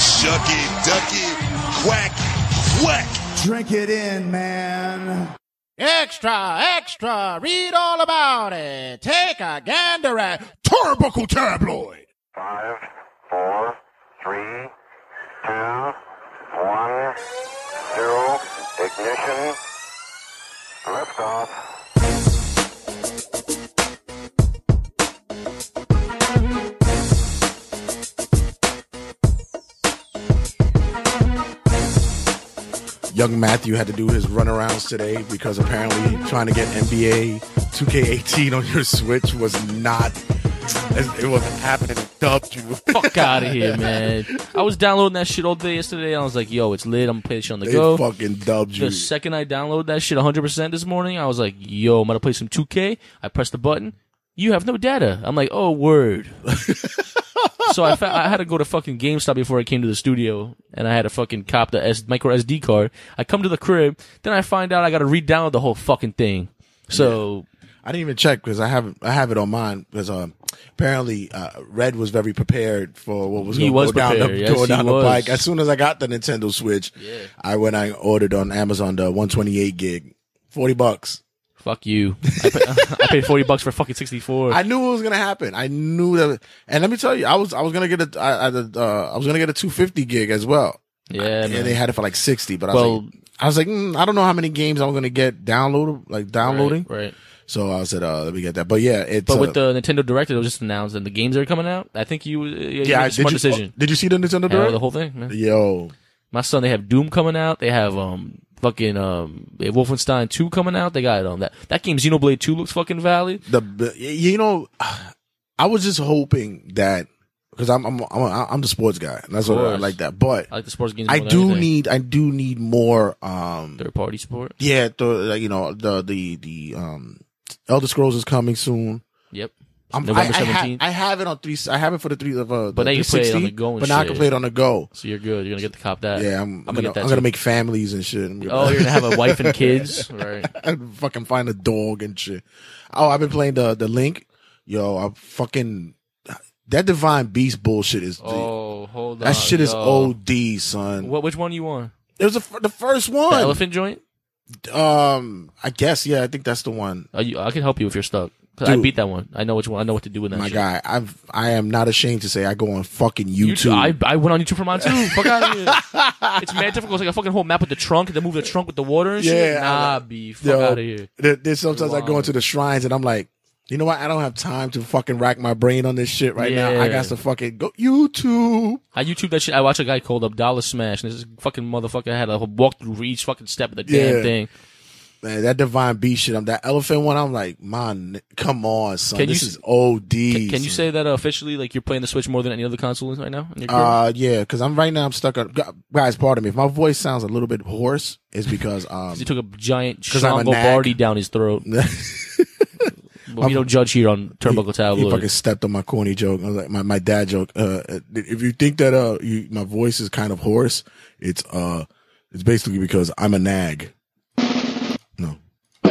Shucky, ducky, quack, quack. Drink it in, man. Extra, extra, read all about it. Take a gander at Turbuckle Tabloid. Five, four, three, two, one, zero, ignition, liftoff. Young Matthew had to do his runarounds today because apparently trying to get NBA 2K18 on your Switch was not. It wasn't happening. It dubbed you. Fuck out of here, man. I was downloading that shit all day yesterday, and I was like, yo, it's lit. I'm going to play this shit on the They go. fucking dubbed you. The second I download that shit 100% this morning, I was like, yo, I'm going to play some 2K. I press the button. You have no data. I'm like, oh, word. so I, fa- I had to go to fucking GameStop before I came to the studio, and I had to fucking cop the S- micro SD card. I come to the crib, then I find out I got to re-download the whole fucking thing. So I didn't even check because I have I have it on mine because um, apparently uh, Red was very prepared for what was He going was to go down, the, prepared. Yes, go he down the was. pike. As soon as I got the Nintendo Switch, I went I ordered on Amazon the 128 gig, forty bucks. fuck you. I, pa- I paid forty bucks for fucking sixty four. I knew it was gonna happen. I knew that. And let me tell you, I was I was gonna get a I, I, uh, I was gonna get a 250 gig as well. Yeah, and man. they had it for like 60. But I was Well- like, I was like, mm, I don't know how many games I'm gonna get downloaded, like downloading. right, right. So I said, uh, let me get that. But yeah, it's But uh, with the Nintendo Direct, it was just announced and the games that are coming out. I think you, uh, you yeah, yeah, made I- a smart did you, decision. oh, did you see the Nintendo Handle Direct? the whole thing, man. Yo, My son, they have Doom coming out. They have um fucking um they have Wolfenstein Two coming out. They got um that that game Xenoblade Two looks fucking valid. the the- you know, I was just hoping that because I'm I'm I'm I'm the sports guy. And that's what I course. like that. But I like the sports games. I more than do anything. need I do need more. Um, third party support. yeah, the, like, you know the the the um, Elder Scrolls is coming soon. Yep. I'm, I, November I, ha- 17th. I have it on three. I have it for the three of uh, But now the you can play it on 360, the go and But now I can shit. play it on the go. So you're good. You're gonna get the cop that. Yeah, I'm, I'm gonna, get that I'm gonna too. make families and shit. I'm gonna- Oh, you're gonna have a wife and kids, right? and fucking find a dog and shit. Oh, I've been playing the the link. Yo, I fucking that divine beast bullshit is Oh, hold on. that shit is yo. OD, son. What? Which one you want? It was the fir- the first The one. elephant joint? Um, I guess yeah, I think that's the one. Are you, I can help you if you're stuck. 'Cause I Dude. beat that one. I know which one. I know what to do with that. My shit. guy, I've I am not ashamed to say I go on fucking You YouTube. too. I, I went on YouTube for mine too. Fuck out of here. It's mad difficult. It's like a fucking whole map with the trunk and then move the trunk with the water and shit. Yeah, Nah, I- B. Fuck Yo, out of here. there- there's sometimes I go Wow. into the shrines and I'm like, you know what? I don't have time to fucking rack my brain on this shit right now. I Yeah. got to fucking go YouTube. I YouTube that shit. I watch a guy called Abdallah Smash, and this fucking motherfucker had a whole walkthrough for each fucking step of the Yeah. damn thing. Man, that divine beast shit. I'm that elephant one. I'm like, man, come on, son. Can you this s- is OD. Can, can you son. say that uh, officially? Like you're playing the Switch more than any other console right now? In your career? Uh, yeah, because I'm right now. I'm stuck on. gu- Guys, pardon me if my voice sounds a little bit hoarse. It's because um, he took a giant 'cause I'm a Sean nag. Lombardi down his throat. Well, we don't judge here on Turnbuckle he Tabloid. fucking stepped on my corny joke. I was like, my my dad joke. Uh, if you think that uh, you, my voice is kind of hoarse, it's uh, it's basically because I'm a nag. No,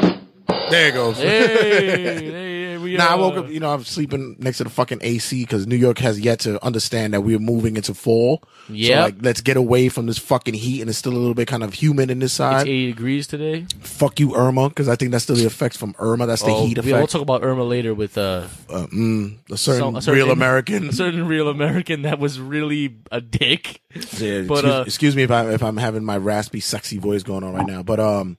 there it goes. hey, hey, we Nah, I are. woke up. You know, I'm sleeping next to the fucking AC because New York has yet to understand that we're moving into fall. Yep. So, like, let's get away from this fucking heat, and it's still a little bit kind of humid in this It's side. 80 degrees today. Fuck you, Irma, because I think that's still the effects from Irma. That's the Oh, heat we- We'll effect. talk about Irma later with uh, Uh, mm, a, certain some- a certain- real American. a certain real American that was really a dick. but, Yeah, excuse, uh, excuse me if I if I'm having my raspy, sexy voice going on right now. But um,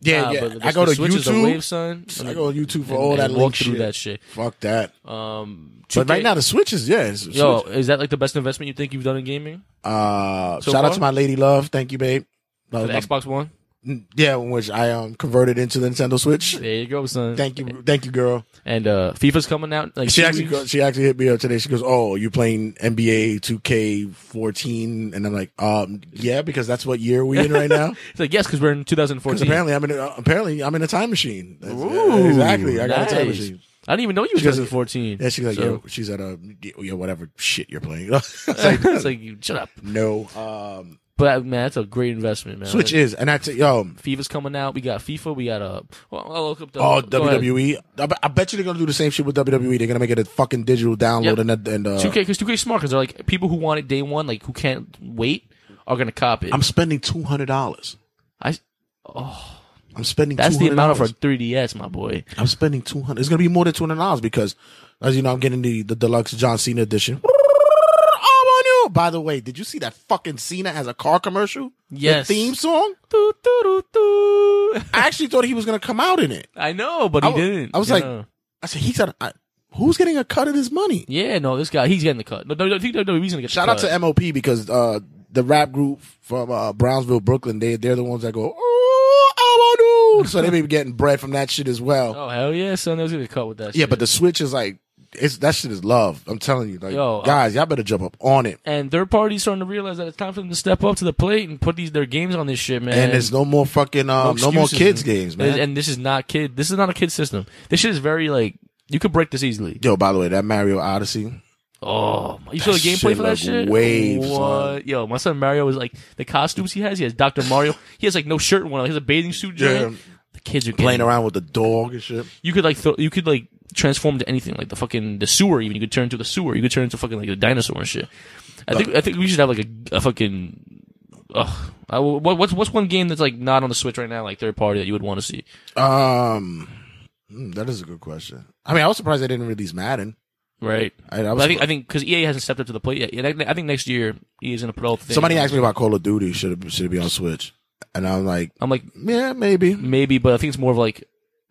yeah, Nah, yeah. but the- I go to the Switch is a wave, YouTube. son. I go to YouTube for And- all and that walk link through shit. that shit. Fuck that. Um, But right 2K now the Switch is yeah. it's- yo, is that like the best investment you think you've done in gaming? Uh, So shout out far? to my lady love. Thank you, babe. That For was the my- Xbox One. yeah, which I um converted into the Nintendo Switch. There you go, son. Thank you, thank you, girl. And uh, FIFA's coming out. Like She two actually go- weeks. she actually hit me up today. She goes, "Oh, you playing NBA 2K14?" And I'm like, "Um, yeah, because that's what year we in right now." It's like yes, because we're in 'Cause 2014. apparently I'm in a, apparently I'm in a time machine. That's- Ooh, exactly, I got a time nice. machine. I didn't even know you was She was Resident like- 14. Yeah, she's like, So- yo, she's at a, yo, whatever shit you're playing. It's like, it's like, you- shut up. no. Um, But uh, man, that's a great investment, man. Switch is, and that's, yo, oh, FIFA's coming out. We got FIFA. We got uh. Well, I'll look up the, Oh, go ahead. WWE. I, bet- I bet you they're gonna do the same shit with WWE. They're gonna make it a fucking digital Yep. download and and and. Uh, 2K because 2K smart because they're like people who want it day one, like who can't wait, are gonna cop it. I'm spending two hundred dollars. I- I'm spending. that's the amount of our $200. 3DS, my boy. I'm spending two hundred. It's gonna be more than two hundred dollars because, as you know, I'm getting the the deluxe John Cena edition. I'm on you. By the way, did you see that fucking Cena as a car commercial? Yes. The theme song. Doo, doo, doo, doo. I actually thought he was gonna come out in it. I know, but he I wa- didn't. I was you like- know. I said, he's on. I, who's getting a cut of this money? yeah, no, this guy, he's getting the cut. No, no, no, he's gonna get Shout the out to MOP because uh, the rap group from uh, Brownsville, Brooklyn, they they're the ones that go, oh, I want to. So they may be getting bread from that shit as well. Oh hell yeah, son, they was gonna get cut with that. yeah, shit. but the switch is like, it's that shit is love. I'm telling you, like, Yo, uh, guys, y'all better jump up on it. and third parties starting to realize that it's time for them to step up to the plate and put these their games on this shit, man. And, there's no more fucking, um, no, more excuses, kids man. games, man. And, and this is not kid. This is not a kid system. This shit is very like you could break this easily. Yo, by the way, that Mario Odyssey, Oh, you saw the That gameplay shit for that look shit? wave, son. what? Yo, my son Mario is like the costumes he has. He has Doctor Mario. He has like no shirt one. on. He has a bathing suit. Jacket. Yeah. The kids are playing getting- around with the dog and shit. You could like throw, you could like transform to anything, like the fucking the sewer. Even you could turn into the sewer. You could turn into fucking like a dinosaur and shit. I think I think we should have like a, a fucking. Ugh. I, what, what's what's one game that's like not on the Switch right now, like third party that you would want to see? Um, hmm, that is a good question. I mean, I was surprised they didn't release Madden. Right. I, I But was I think I think because EA hasn't stepped up to the plate yet. Yeah, I- I think next year EA is gonna put all the things. Somebody asked me about Call of Duty should it- should it be on Switch, and I'm like, I'm like, yeah, maybe. maybe, but I think it's more of like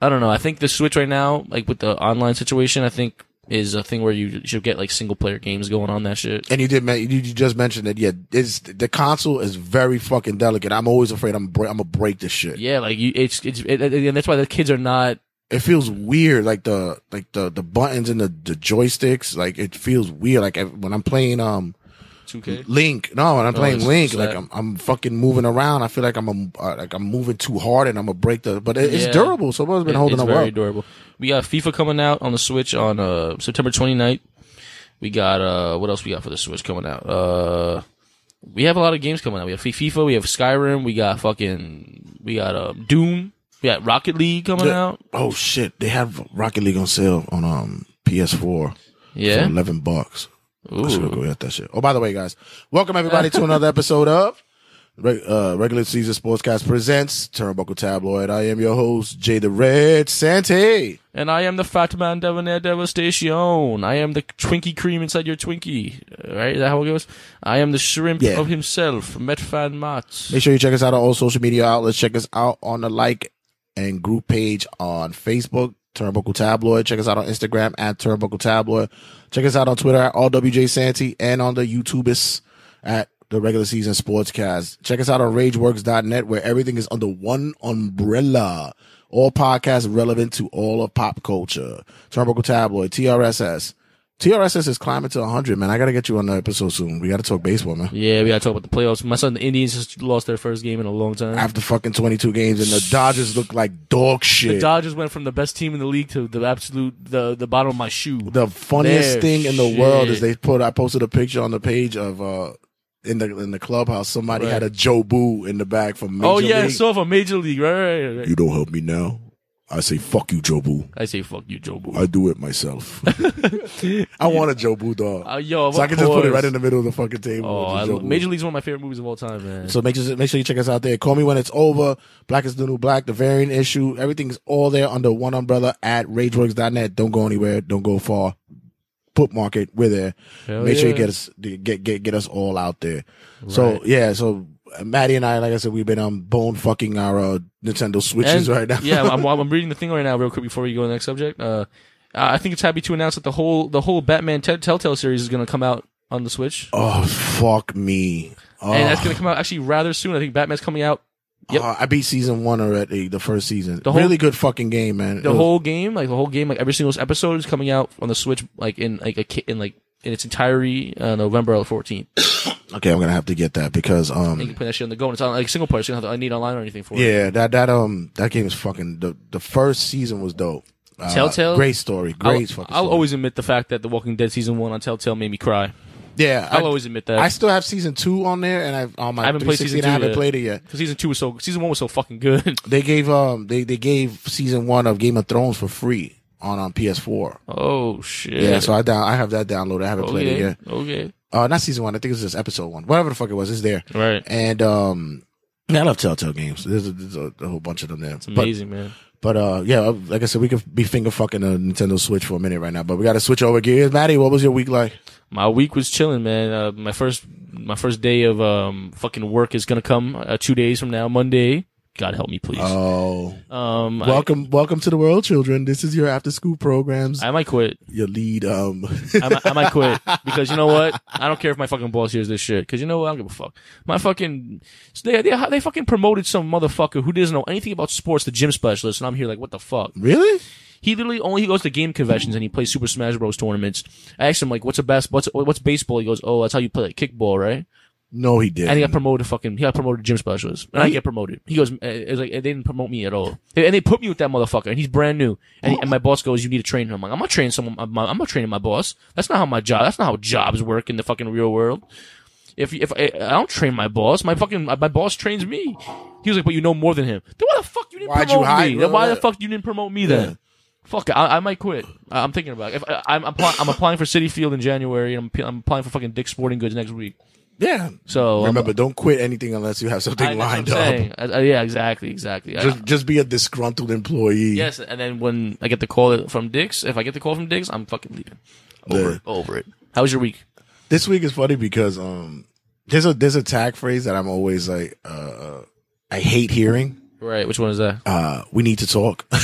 I don't know. I think the Switch right now, like with the online situation, I think is a thing where you should get like single player games going on that shit. And you did, men- you you just mentioned that. Yeah, it's the console is very fucking delicate. I'm always afraid I'm bre- I'm gonna break this shit. Yeah, like you, it's it's it, it- and that's why the kids are not. It feels weird, like the like the the buttons and the the joysticks. Like it feels weird. Like I- when I'm playing um 2K. Link, no, when I'm playing Oh, it's- Link, it's like that. I'm I'm fucking moving around. I feel like I'm a, uh, like I'm moving too hard and I'm gonna break the. But it, it's Yeah. durable, so it's been It- holding it's up very well. adorable. We got FIFA coming out on the Switch on uh September 29th. We got uh what else we got for the Switch coming out? Uh we have a lot of games coming out. We have Fi- FIFA, we have Skyrim, we got fucking we got uh, Doom, we got Rocket League coming Yeah. out. Oh shit, they have Rocket League on sale on um PS4. for Yeah. 11 bucks. I Ooh. should go get that shit. Oh, by the way, guys, welcome everybody to another episode of Reg- uh, Regular Season Sportscast Presents Turnbuckle Tabloid. I am your host, Jay the Red Sante. And I am the fat man debonair devastation. I am the Twinkie cream inside your Twinkie. Uh, Right? Is that how it goes? I am the shrimp Yeah. of himself, Metfan Mats. Make sure you check us out on all social media outlets. Check us out on the like and group page on Facebook, Turnbuckle Tabloid. Check us out on Instagram at Turnbuckle Tabloid. Check us out on Twitter at all WJ Santee and on the YouTubers at the regular season sportscast. Check us out on rageworks.net where everything is under one umbrella. All podcasts relevant to all of pop culture. Turnbuckle Tabloid, TRSS. TRSS is climbing to 100, man. I got to get you on the episode soon. We got to talk baseball, man. Yeah, we gotta talk about the playoffs. My son, the Indians, just lost their first game in a long time. after fucking 22 games and the Dodgers look like dog the shit. The, Dodgers went from the best team in the league to the absolute the the bottom of my shoe. funniest Their thing in the world is shit. they put I posted a picture on the page of uh in the in the clubhouse somebody Right. had a Joe Boo in the back from Major oh yeah, League. so for major league, right, right, right, right. you don't help me now. I say fuck you Joe Boo. I say fuck you, Joe Boo. I do it myself. I want a Joe Boo dog. Uh, yo, of so I can just put it course. right in the middle of the fucking table. Oh, with I, the Joe lo- Boo. Major League's one of my favorite movies of all time, man. So make sure make sure you check us out there. Call me when it's over. Black is the new black. The variant issue. Everything's all there under one umbrella at RageWorks.net. Don't go anywhere. Don't go far. Bookmark it. We're there. Hell make sure you yeah. get us get get get us all out there. So yeah. So uh, Maddie and I, like I said, we've been um bone fucking our uh, Nintendo And- Switches right now. yeah, I'm, I'm reading the thing right now, real quick, before we go to the next subject. Uh, I think it's happy to announce that the whole the whole Batman Te- Telltale series is going to come out on the Switch, oh fuck me. Oh, and that's going to come out actually rather soon. I think Batman's coming out yep. oh, I beat season one already. The first season. whole- really good fucking game, man. the It was- whole game, like the whole game, like every single episode is coming out on the Switch, like in like a ki- in like in its entirety uh, November 14th. okay, I'm gonna have to get that because um You can play that shit on the go, and it's on like single player. So you don't have to need online or anything for it. Yeah, that that um that game is fucking the the first season was dope. Uh, Telltale? Great story. Great I'll, fucking I'll story. always admit the fact that The Walking Dead season one on Telltale made me cry yeah. I'll I- always admit that. I still have season two on there, and I've on my I haven't played season 360, and I two haven't yet. played it yet. because season two was so season one was so fucking good. They gave um they they gave season one of Game of Thrones for free on on PS4. oh shit! Yeah, so I down I have that downloaded. I haven't played it okay, yet. okay. Uh, not season one. I think it was just episode one. Whatever the fuck it was, it's there. Right. And um, yeah, I love Telltale games. There's a, there's a, a whole bunch of them there. It's Amazing man. But, but uh, yeah, like I said, we could be finger fucking a Nintendo Switch for a minute right now. But we got to switch over gears. Maddie, what was your week like? My week was chilling, man. Uh, my first my first day of um fucking work is gonna come uh, two days from now, Monday. God help me, please. Oh, um, welcome, welcome to the world, children. This is your after school programs. I, I might quit. your lead. Um, I might, I might quit because you know what? I don't care if my fucking boss hears this shit. Because you know what? I don't give a fuck. My fucking so they, they they fucking promoted some motherfucker who doesn't know anything about sports, the gym specialist, and I'm here like, what the fuck? really? He literally only he goes to game conventions and he plays Super Smash Bros tournaments. I asked him like, what's a best what's what's baseball? He goes, oh, that's how you play like kickball, right? No, he did. And he got promoted. Fucking, he got promoted to gym specialist, and I get promoted. He goes, uh, it's like they didn't promote me at all, They- and they put me with that motherfucker, and he's brand new. And, and my boss goes, you need to train him. I'm like, I'm not training someone. I'm not, I'm not training my boss. That's not how my job. That's not how jobs work in the fucking real world. If if eh, I, I don't train my boss, my fucking my boss trains me. He was like, but you know more than him. Then why the fuck you didn't Why'd you promote hide? me? Then why the Yeah. fuck you didn't promote me then? Fuck, it, I, I might quit. I, I'm thinking about it. If I, I'm apply, I'm applying for City Field in January, and I'm, I'm applying for fucking Dick's Sporting Goods next week. yeah. So I'm- Remember, don't quit anything unless you have something I- that's what lined I'm up. saying. I- I- yeah, exactly, exactly. I- Just, just be a disgruntled employee. yes, and then when I get the call from Dix, if I get the call from Dix, I'm fucking leaving. Over Yeah. it. Over it. How was your week? This week is funny because um, there's a there's a tag phrase that I'm always like, uh, I hate hearing. Right. Which one is that? Uh, we need to talk.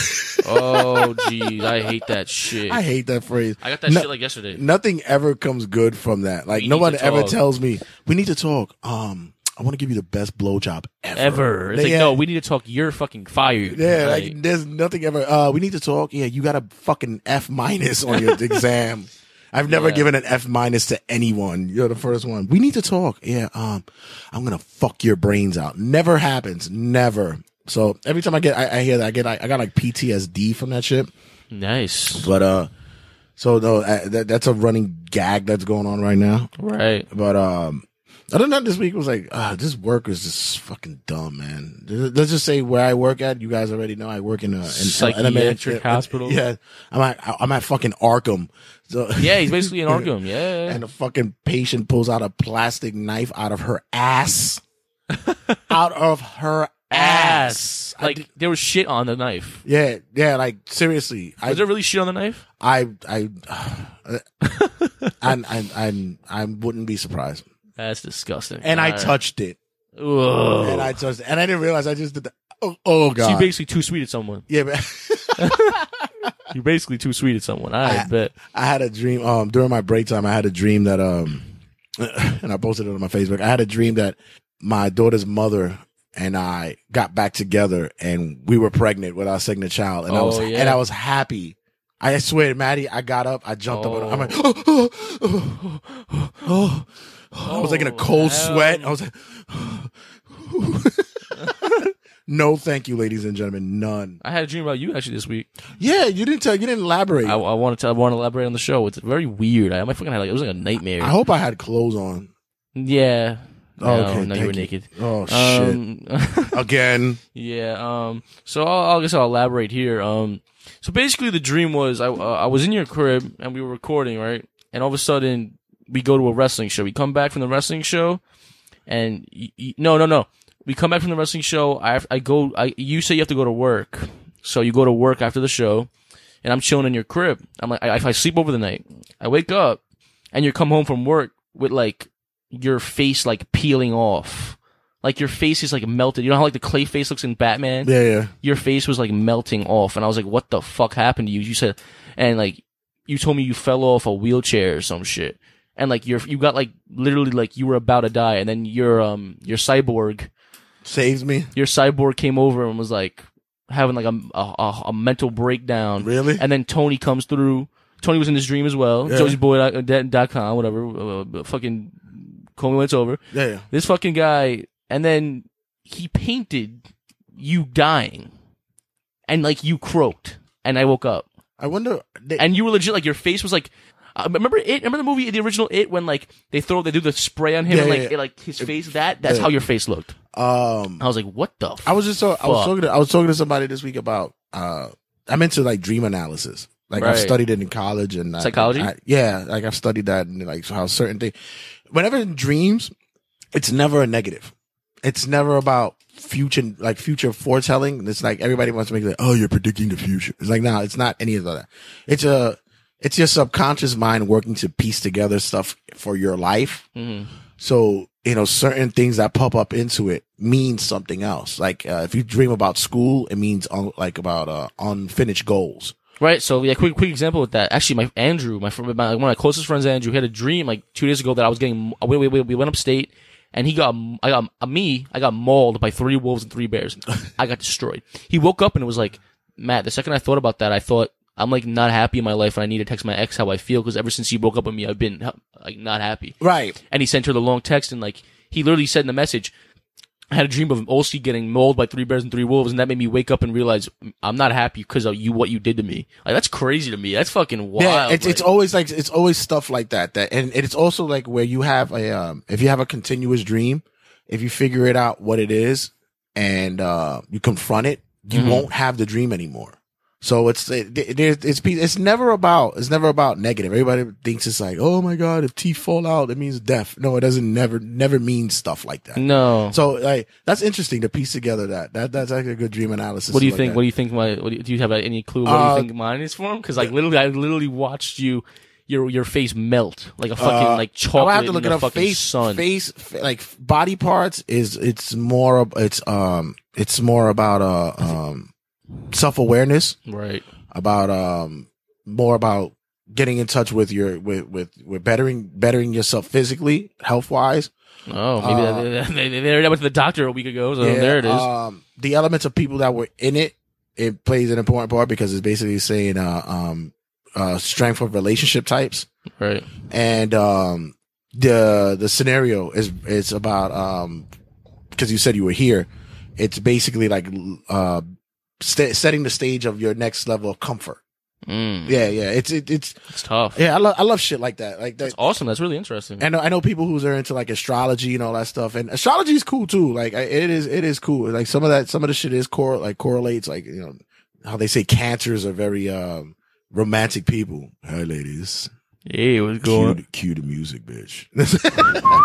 oh, jeez, I hate that shit. I I, hate that phrase. got that No- shit like yesterday. nothing ever comes good from that. Like We no need one to ever talk. tells me we need to talk. Um, I want to give you the best blowjob ever. Ever. It's like, Yeah. no, we need to talk. You're fucking fired. Yeah, Like, like there's nothing ever. Uh, we need to talk. Yeah, you got a fucking F minus on your exam. I've never Yeah. given an F minus to anyone. You're the first one. We need to talk. Yeah, um, I'm gonna fuck your brains out. Never happens. Never. So every time I get, I, I hear that, I get, I, I got like PTSD from that shit. nice. But uh, so no, I, that, that's a running gag that's going on right now. Right. But um, other than that, this week was like, ah, this work is just fucking dumb, man. Let's just say where I work at. You guys already know I work in a in- Psychiatric in- hospital. Yeah, I'm at I'm at fucking Arkham. So Yeah, he's basically an Arkham. Yeah. and a fucking patient pulls out a plastic knife out of her ass, out of her ass. Ass. I Like did- there was shit on the knife. yeah, yeah. Like seriously, I Was there really shit on the knife? I I. I'm, I'm, I'm, I wouldn't be surprised. That's disgusting. And All I right. touched it. Ugh. and I just and I didn't realize I just did the oh, oh So you god basically too sweet at someone. yeah man. You're basically too sweet at someone. I, I- bet. I had a dream um during my break time I had a dream that um and I posted it on my Facebook I had a dream that my daughter's mother and I got back together and we were pregnant with our second child and I was Oh, yeah. and I was happy. I swear, Maddie, I got up, I jumped up, and I'm like, oh, oh, oh, oh, oh. I was like in a Oh, cold hell. sweat. I was like, no, thank you, ladies and gentlemen, none. I had a dream about you actually this week. Yeah, you didn't tell. You didn't elaborate. I, I, I wanted to. I want to elaborate on the show. It's very weird. I, I fucking had like it was like a nightmare. hope I had clothes on. yeah. No, Okay, no, thank you were you. naked. Oh shit! Um, Again, yeah. Um. So I'll, I guess I'll elaborate here. Um. So basically, the dream was I uh, I was in your crib and we were recording right, and all of a sudden we go to a wrestling show. We come back from the wrestling show, and y- y- no, no, no. We come back from the wrestling show. I have- I go. I you say you have to go to work, so you go to work after the show, and I'm chilling in your crib. I'm like, I, if I sleep over the night, I wake up, and you come home from work with like your face like peeling off, like your face is like melted. You know how like the clay face looks in Batman? yeah, yeah. your face was like melting off and I was like, what the fuck happened to you? You said, and like, you told me you fell off a wheelchair or some shit. And like, you're, you got like, literally like you were about to die and then your, um, your cyborg, Saves me. your cyborg came over and was like having like a, a, a- a mental breakdown. Really? And then Tony comes through. Tony was in this dream as well. Yeah. Yeah. JosieBoy.com, whatever. Uh, fucking call me when it's over Yeah, yeah. this fucking guy and then he painted you dying and like you croaked and i woke up I wonder. They, and you were legit like your face was like. I remember it. Remember the movie, the original It, when like they throw, they do the spray on him, Yeah, and like yeah, yeah. It, like his face. That that's how your face looked. um, I was like, what the? F-? I was just so I was Oh. Fuck. talking to I was talking to somebody this week about uh I'm into like dream analysis. Like I've Right. studied it in college and I- Psychology? I- yeah, like I've studied that and like how certain things. Whenever in dreams, it's never a negative. It's never about future like future foretelling. It's like everybody wants to make it like, oh you're predicting the future. It's like no, it's not any of that. It's a it's your subconscious mind working to piece together stuff for your life so, you know, certain things that pop up into it means something else. Like, uh, if you dream about school, it means un- like about, uh, unfinished goals. Right. So yeah, quick quick example with that. Actually, my Andrew, my, fr- my one of my closest friends, Andrew, he had a dream like two days ago that I was getting. We we, we, we went upstate, and he got I got uh, me I got mauled by three wolves and three bears. I got destroyed. He woke up and it was like, Matt. The second I thought about that, I thought I'm like not happy in my life, and I need to text my ex how I feel because ever since he broke up with me, I've been uh, like not happy. Right. And he sent her the long text and like he literally said in the message. I had a dream of Olsi getting mauled by three bears and three wolves, and that made me wake up and realize I'm not happy because of you what you did to me. Like that's crazy to me. That's fucking wild. Yeah. It's, it's like- always like, it's always stuff like that. That, and it's also like where you have a, um, if you have a continuous dream, if you figure it out what it is and, uh, you confront it, you Mm-hmm. won't have the dream anymore. So it's it, there's it's pe- it's never about it's never about negative. Everybody thinks it's like oh my god if teeth fall out it means death. No, it doesn't never never mean stuff like that. no. So like that's interesting to piece together that that that's actually a good dream analysis. what do you like think? that. What do you think? My what do, you, do you have any clue? What Uh, do you think mine is for? Because like literally, I literally watched you your your face melt like a fucking Uh, like I'll chocolate. have to look in it the up. Fucking Face, sun. face, fa- like body parts is it's more ab- it's um it's more about uh um self awareness Right. about um more about getting in touch with your with with with bettering bettering yourself physically health wise. Oh, maybe Uh, that, they, they, they went to the doctor a week ago. So there it is. Um, the elements of people that were in it, it plays an important part because it's basically saying uh, um, uh, strength of relationship types right. and um, the the scenario is it's about um because you said you were here. It's basically like l- uh, st- setting the stage of your next level of comfort. Mm, Yeah, yeah. It's it, it's it's tough. yeah. I love I love shit like that. Like that. That's awesome. That's really interesting. I know I know people who's are into like astrology and all that stuff, and astrology is cool too. Like I- it is, it is cool. Like some of that, some of the shit is core like correlates. Like you know how they say cancers are very um romantic people. Hi, ladies. Hey, what's Cue, going? the- cue the music, bitch.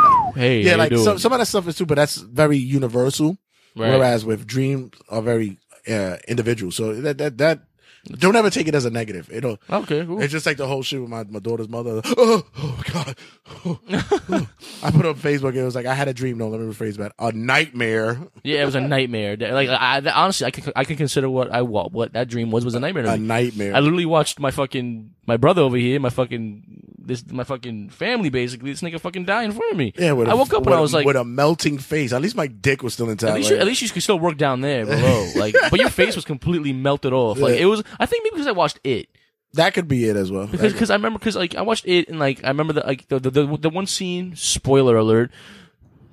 Hey, how yeah, you like doing? some some of that stuff is too, but that's very universal. Right. Whereas with dreams are very uh, individual. So that that that don't ever take it as a negative. It'll Okay, cool. it's just like the whole shit with my, my daughter's mother. Oh, oh God. Oh, oh. I put on Facebook. It was like I had a dream. No, let me rephrase that. A nightmare. yeah, it was a nightmare. Like, I, I- honestly, I can I can consider what I wa- what that dream was was a nightmare. A To me. nightmare. I literally watched my fucking my brother over here, my fucking this my fucking family basically. This nigga fucking die in front of me. yeah, with I a- woke up with and I a- was like, with a melting face. At least my dick was still intact. at least, Like, you, at least you could still work down there below. Like, but your face was completely melted off. Like Yeah. it was. I think maybe because I watched it. that could be it as well. because cause I remember because like I watched it and like I remember the like the the, the, the one scene. Spoiler alert!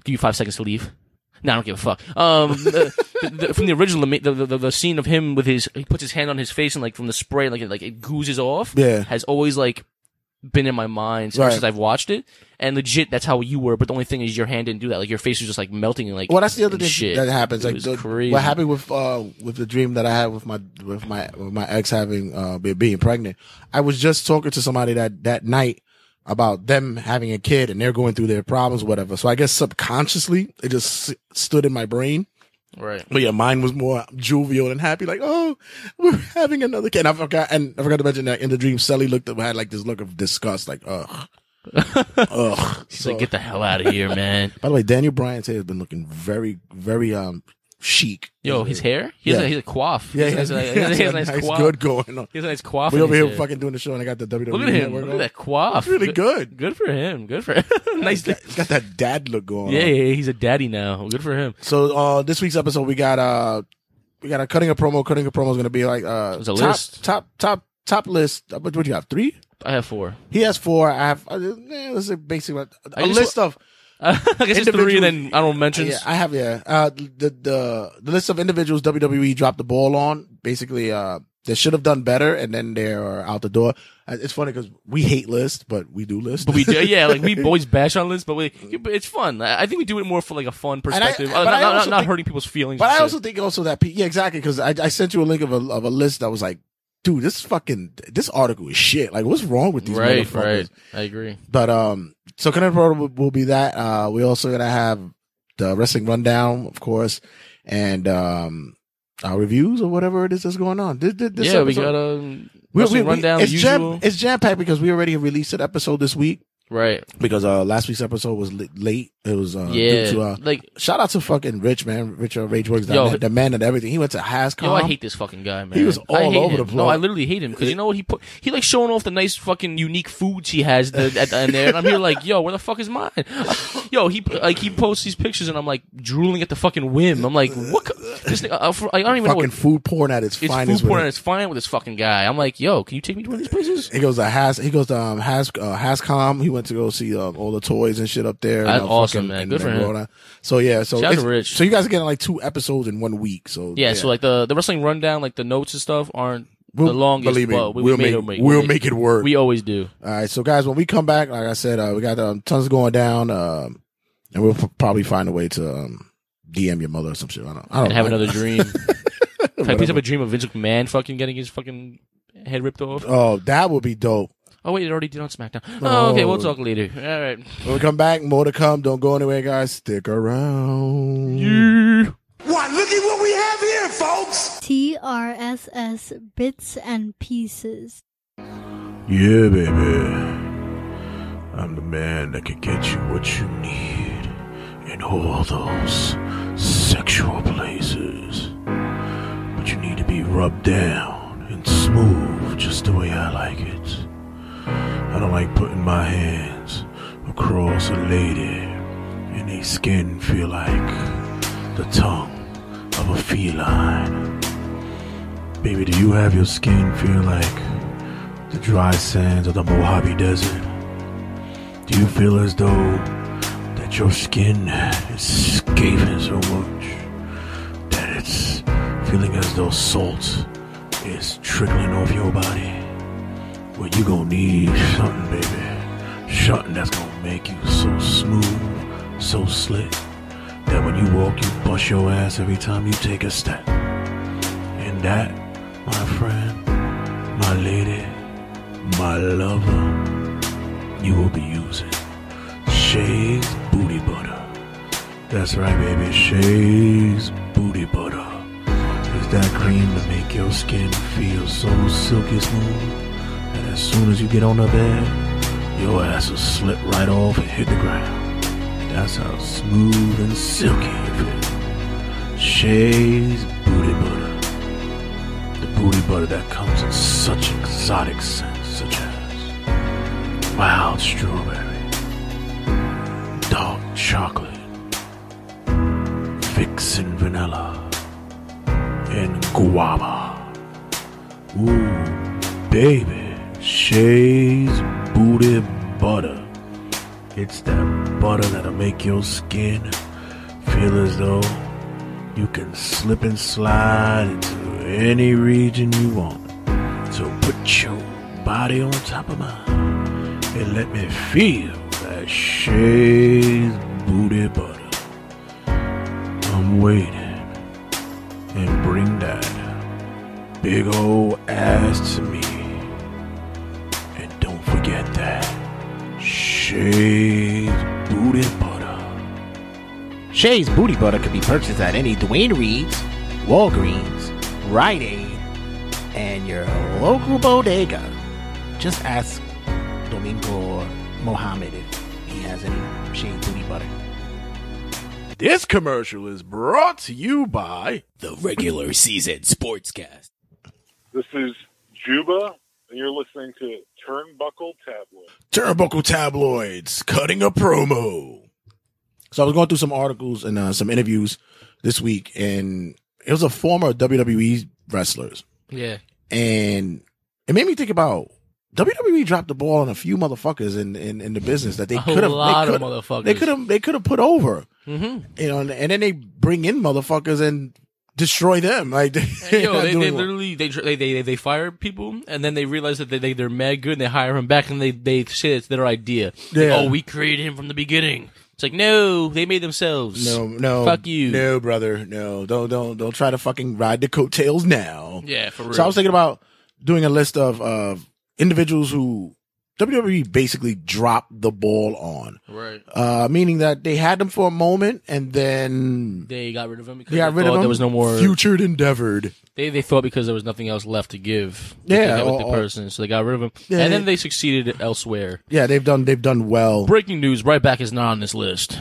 Give you five seconds to leave. No, I don't give a fuck. Um, the, the, the- from the original, the, the, the the scene of him with his he puts his hand on his face and like from the spray, like it, like it goozes off. Yeah. has always like been in my mind ever Right. since I've watched it. And legit, that's how you were. But the only thing is, your hand didn't do that. Like your face was just like melting and like. Well, that's the other and thing shit. that happens. It Like was the- crazy. what happened with uh with the dream that I had with my with my with my ex having uh be- being pregnant. I was just talking to somebody that that night about them having a kid and they're going through their problems, whatever. So I guess subconsciously it just s- stood in my brain. Right. But yeah, mine was more jovial and happy, like, oh, we're having another kid. And I forgot, and I forgot to mention that in the dream, Sally looked at had like this look of disgust, like, ugh, ugh. She's like, get the hell out of here, man. By the way, Daniel Bryan's hair has been looking very, very um chic. Yo, his hair. He has Yeah. a, he's a coif. Yeah, he he has, has, a, he he has, a- he has a nice, nice coif. good going on. He has a nice coif. We in over his here hair. fucking doing the show, and I got the WWE Look at him. network Look on. at that quaff. It's really good. Good for him. Good for him. nice. to- It's got that dad look going. yeah, yeah, on. yeah, he's a daddy now. Good for him. So uh, this week's episode, we got uh, we got a cutting a promo. Cutting a promo is going to be like uh, It's a top, list. top top top list. Uh, What what do you have? Three? I have four. He has four. I have. Uh, eh, let's say basically a I just list of. I guess it's three, and Individual- then I don't mention. Yeah, I E have. Yeah, uh, the the the list of individuals WWE dropped the ball on. Basically, uh, that should have done better, and then they are out the door. Uh, It's funny because we hate lists, but we do lists. But we do, yeah, like we always bash on lists, but we, it's fun. I I think we do it more for like a fun I- perspective, Uh, but not, I not- also not think- hurting people's feelings. But and I shit. also think also that pe- yeah, exactly. Because I, I sent you a link of a of a list that was like, dude, this fucking this article is shit. Like, what's wrong with these right, motherfuckers? right, I agree. But um, so Connect Pro will, will be that. Uh, we also gonna have the wrestling rundown, of course, and um, our reviews or whatever it is that's going on. This, this, this yeah, we episode- got um, we- wrestling we- we- rundown. It's the usual. jam, it's jam packed because we already released an episode this week right? because uh, last week's episode was li- late. It was uh, yeah, due to uh, like shout out to fucking Rich man, Richard Rageworks, that Yo. man, the man and everything. He went to Hascom. Yo, I hate this fucking guy, man. He was I all hate over him. the No, place. I literally hate him because you know what he put? He like showing off the nice fucking unique foods he has the, at, in there, and I'm here like, yo, where the fuck is mine? yo, he like he posts these pictures, and I'm like drooling at the fucking whim. I'm like, what? co- This nigga, I, I don't even know fucking what. food porn at its, It's finest. food porn, with and it. it's fine with this fucking guy. I'm like, yo, can you take me to one of these places? He goes to Has. He goes to um, Has uh, Hascom. He went to go see um, all the toys and shit up there. That's uh, awesome, fucking- man. and Good for then him. Rhode Island. So yeah, so Shout out to it's- Rich. So you guys are getting like two episodes in one week. So Yeah, so like the the wrestling rundown, like the notes and stuff aren't the longest, believe me, but we, we'll we made make, it make- we'll we- make it work. We always do. all right, so guys, when we come back, like I said, uh, we got um, tons going down, um, and we'll p- probably find a way to um, DM your mother or some shit. I don't. I don't and have know. another dream. Can I please have a dream of Vince McMahon fucking getting his fucking head ripped off? Oh, that would be dope. Oh wait, it already did on SmackDown. Oh, okay, Oh. we'll talk later. All right. When we come back, more to come. Don't go anywhere, guys. Stick around. Why, look at what we have here, folks! TRSS Bits and Pieces. Yeah, baby. I'm the man that can get you what you need in all those sexual places. But you need to be rubbed down and smooth just the way I like it. I don't like putting my hands across a lady and they skin feel like the tongue of a feline. Baby, do you have your skin feel like the dry sands of the Mojave Desert? Do you feel as though that your skin is scathing so much that it's feeling as though salt is trickling off your body? Well, you gonna need something, baby. Something that's gonna make you so smooth, so slick, that when you walk, you bust your ass every time you take a step. And that, my friend, my lady, my lover, you will be using Shay's Booty Butter. That's right, baby. Shay's Booty Butter is that cream to make your skin feel so silky smooth. And as soon as you get on the bed, your ass will slip right off and hit the ground. That's how smooth and silky it feels. Shay's Booty Butter the booty butter that comes in such exotic scents, such as wild strawberry, dark chocolate, vixen vanilla, and guava. Ooh, baby, Shay's booty butter. It's that butter that'll make your skin feel as though you can slip and slide into any region you want. So put your body on top of mine and let me feel that Shay's booty butter. I'm waiting and bring that big old ass to me. And don't forget that Shay's booty butter. Shay's Booty Butter could be purchased at any Dwayne Reed's, Walgreens, Rite Aid, and your local bodega. Just ask Domingo or Mohammed if he has any Shay's Booty Butter. This commercial is brought to you by. The regular season sportscast. This is Juba, and you're listening to Turnbuckle Tabloid. Turnbuckle Tabloids cutting a promo. So I was going through some articles and uh, some interviews this week, and it was a former E WWE wrestlers, Yeah. and it made me think about WWE dropped the ball on a few motherfuckers in in, in the business that they A could have lot they of could motherfuckers. they could have they could have put over, Mm-hmm. you know, and, and then they bring in motherfuckers and destroy them. Like, Hey, yo, not they, doing they well. literally they, tr- they they they fire people and then they realize that they, they they're mad good and they hire him back and they they say it's their idea. Like, Yeah. oh, we created him from the beginning. It's like no, they made themselves. No, no, fuck you. no, brother, no, don't, don't, don't try to fucking ride the coattails now. Yeah, for real. So I was thinking about doing a list of uh, individuals who WWE basically dropped the ball on, Right. uh, meaning that they had them for a moment and then They got rid of him because they got they rid of thought them. There was no more. featured endeavored. They they thought because there was nothing else left to give. They Yeah, did that with or- the or- person, so they got rid of him, Yeah, and then they- they succeeded elsewhere. Yeah, they've done, they've done well. Breaking news: Right back is not on this list.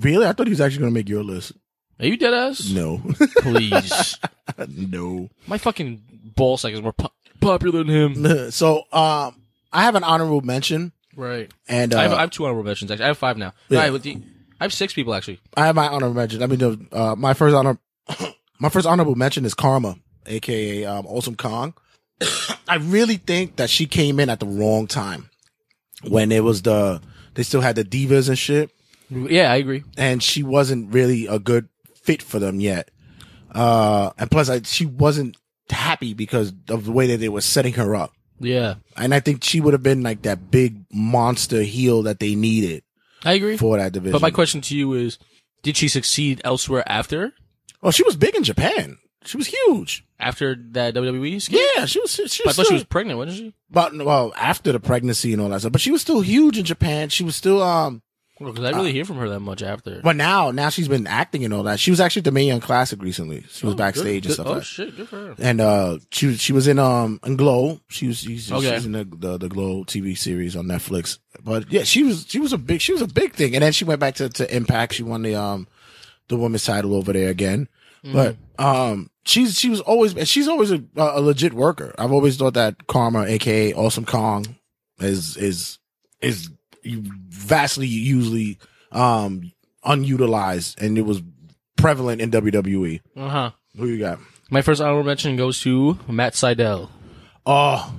Really, I thought he was actually going to make your list. Are you dead ass? No, Please, no. my fucking ball sack is more po- popular than him. so um, I have an honorable mention, Right. and uh, I, have, I have two honorable mentions actually. I have five now. Yeah. I, have, I have six people actually. I have my honorable mention. I mean, the, uh, my first honor, my first honorable mention is Karma, aka um, Awesome Kong. I really think that she came in at the wrong time when it was the they still had the divas and shit, Yeah, I agree. and she wasn't really a good fit for them yet. Uh, and plus, I, she wasn't happy because of the way that they were setting her up, Yeah, and I think she would have been like that big monster heel that they needed I agree. for that division. But my question to you is, did she succeed elsewhere after oh, she was big in Japan. She was huge. after that WWE? skit? Yeah, she was. She was But I thought she still- was pregnant, wasn't she? but well after the pregnancy and all that stuff. But she was still huge in Japan. She was still um. Because I didn't really hear from her that much after. But now, now she's been acting and all that. She was actually at the Mae Young Classic recently. She was backstage Good- and stuff. Oh like that. shit, good for her. And uh, she was she was in um in Glow. She was she's, she's Okay. in the, the the Glow TV series on Netflix. But yeah, she was she was a big she was a big thing. And then she went back to, to Impact. She won the um the women's title over there again. But um she's she was always and she's always a, a legit worker. I've always thought that Karma, aka Awesome Kong, is is is vastly usually um unutilized, and it was prevalent in WWE. Uh huh. Who you got? My first honorable mention goes to Matt Seidel Oh,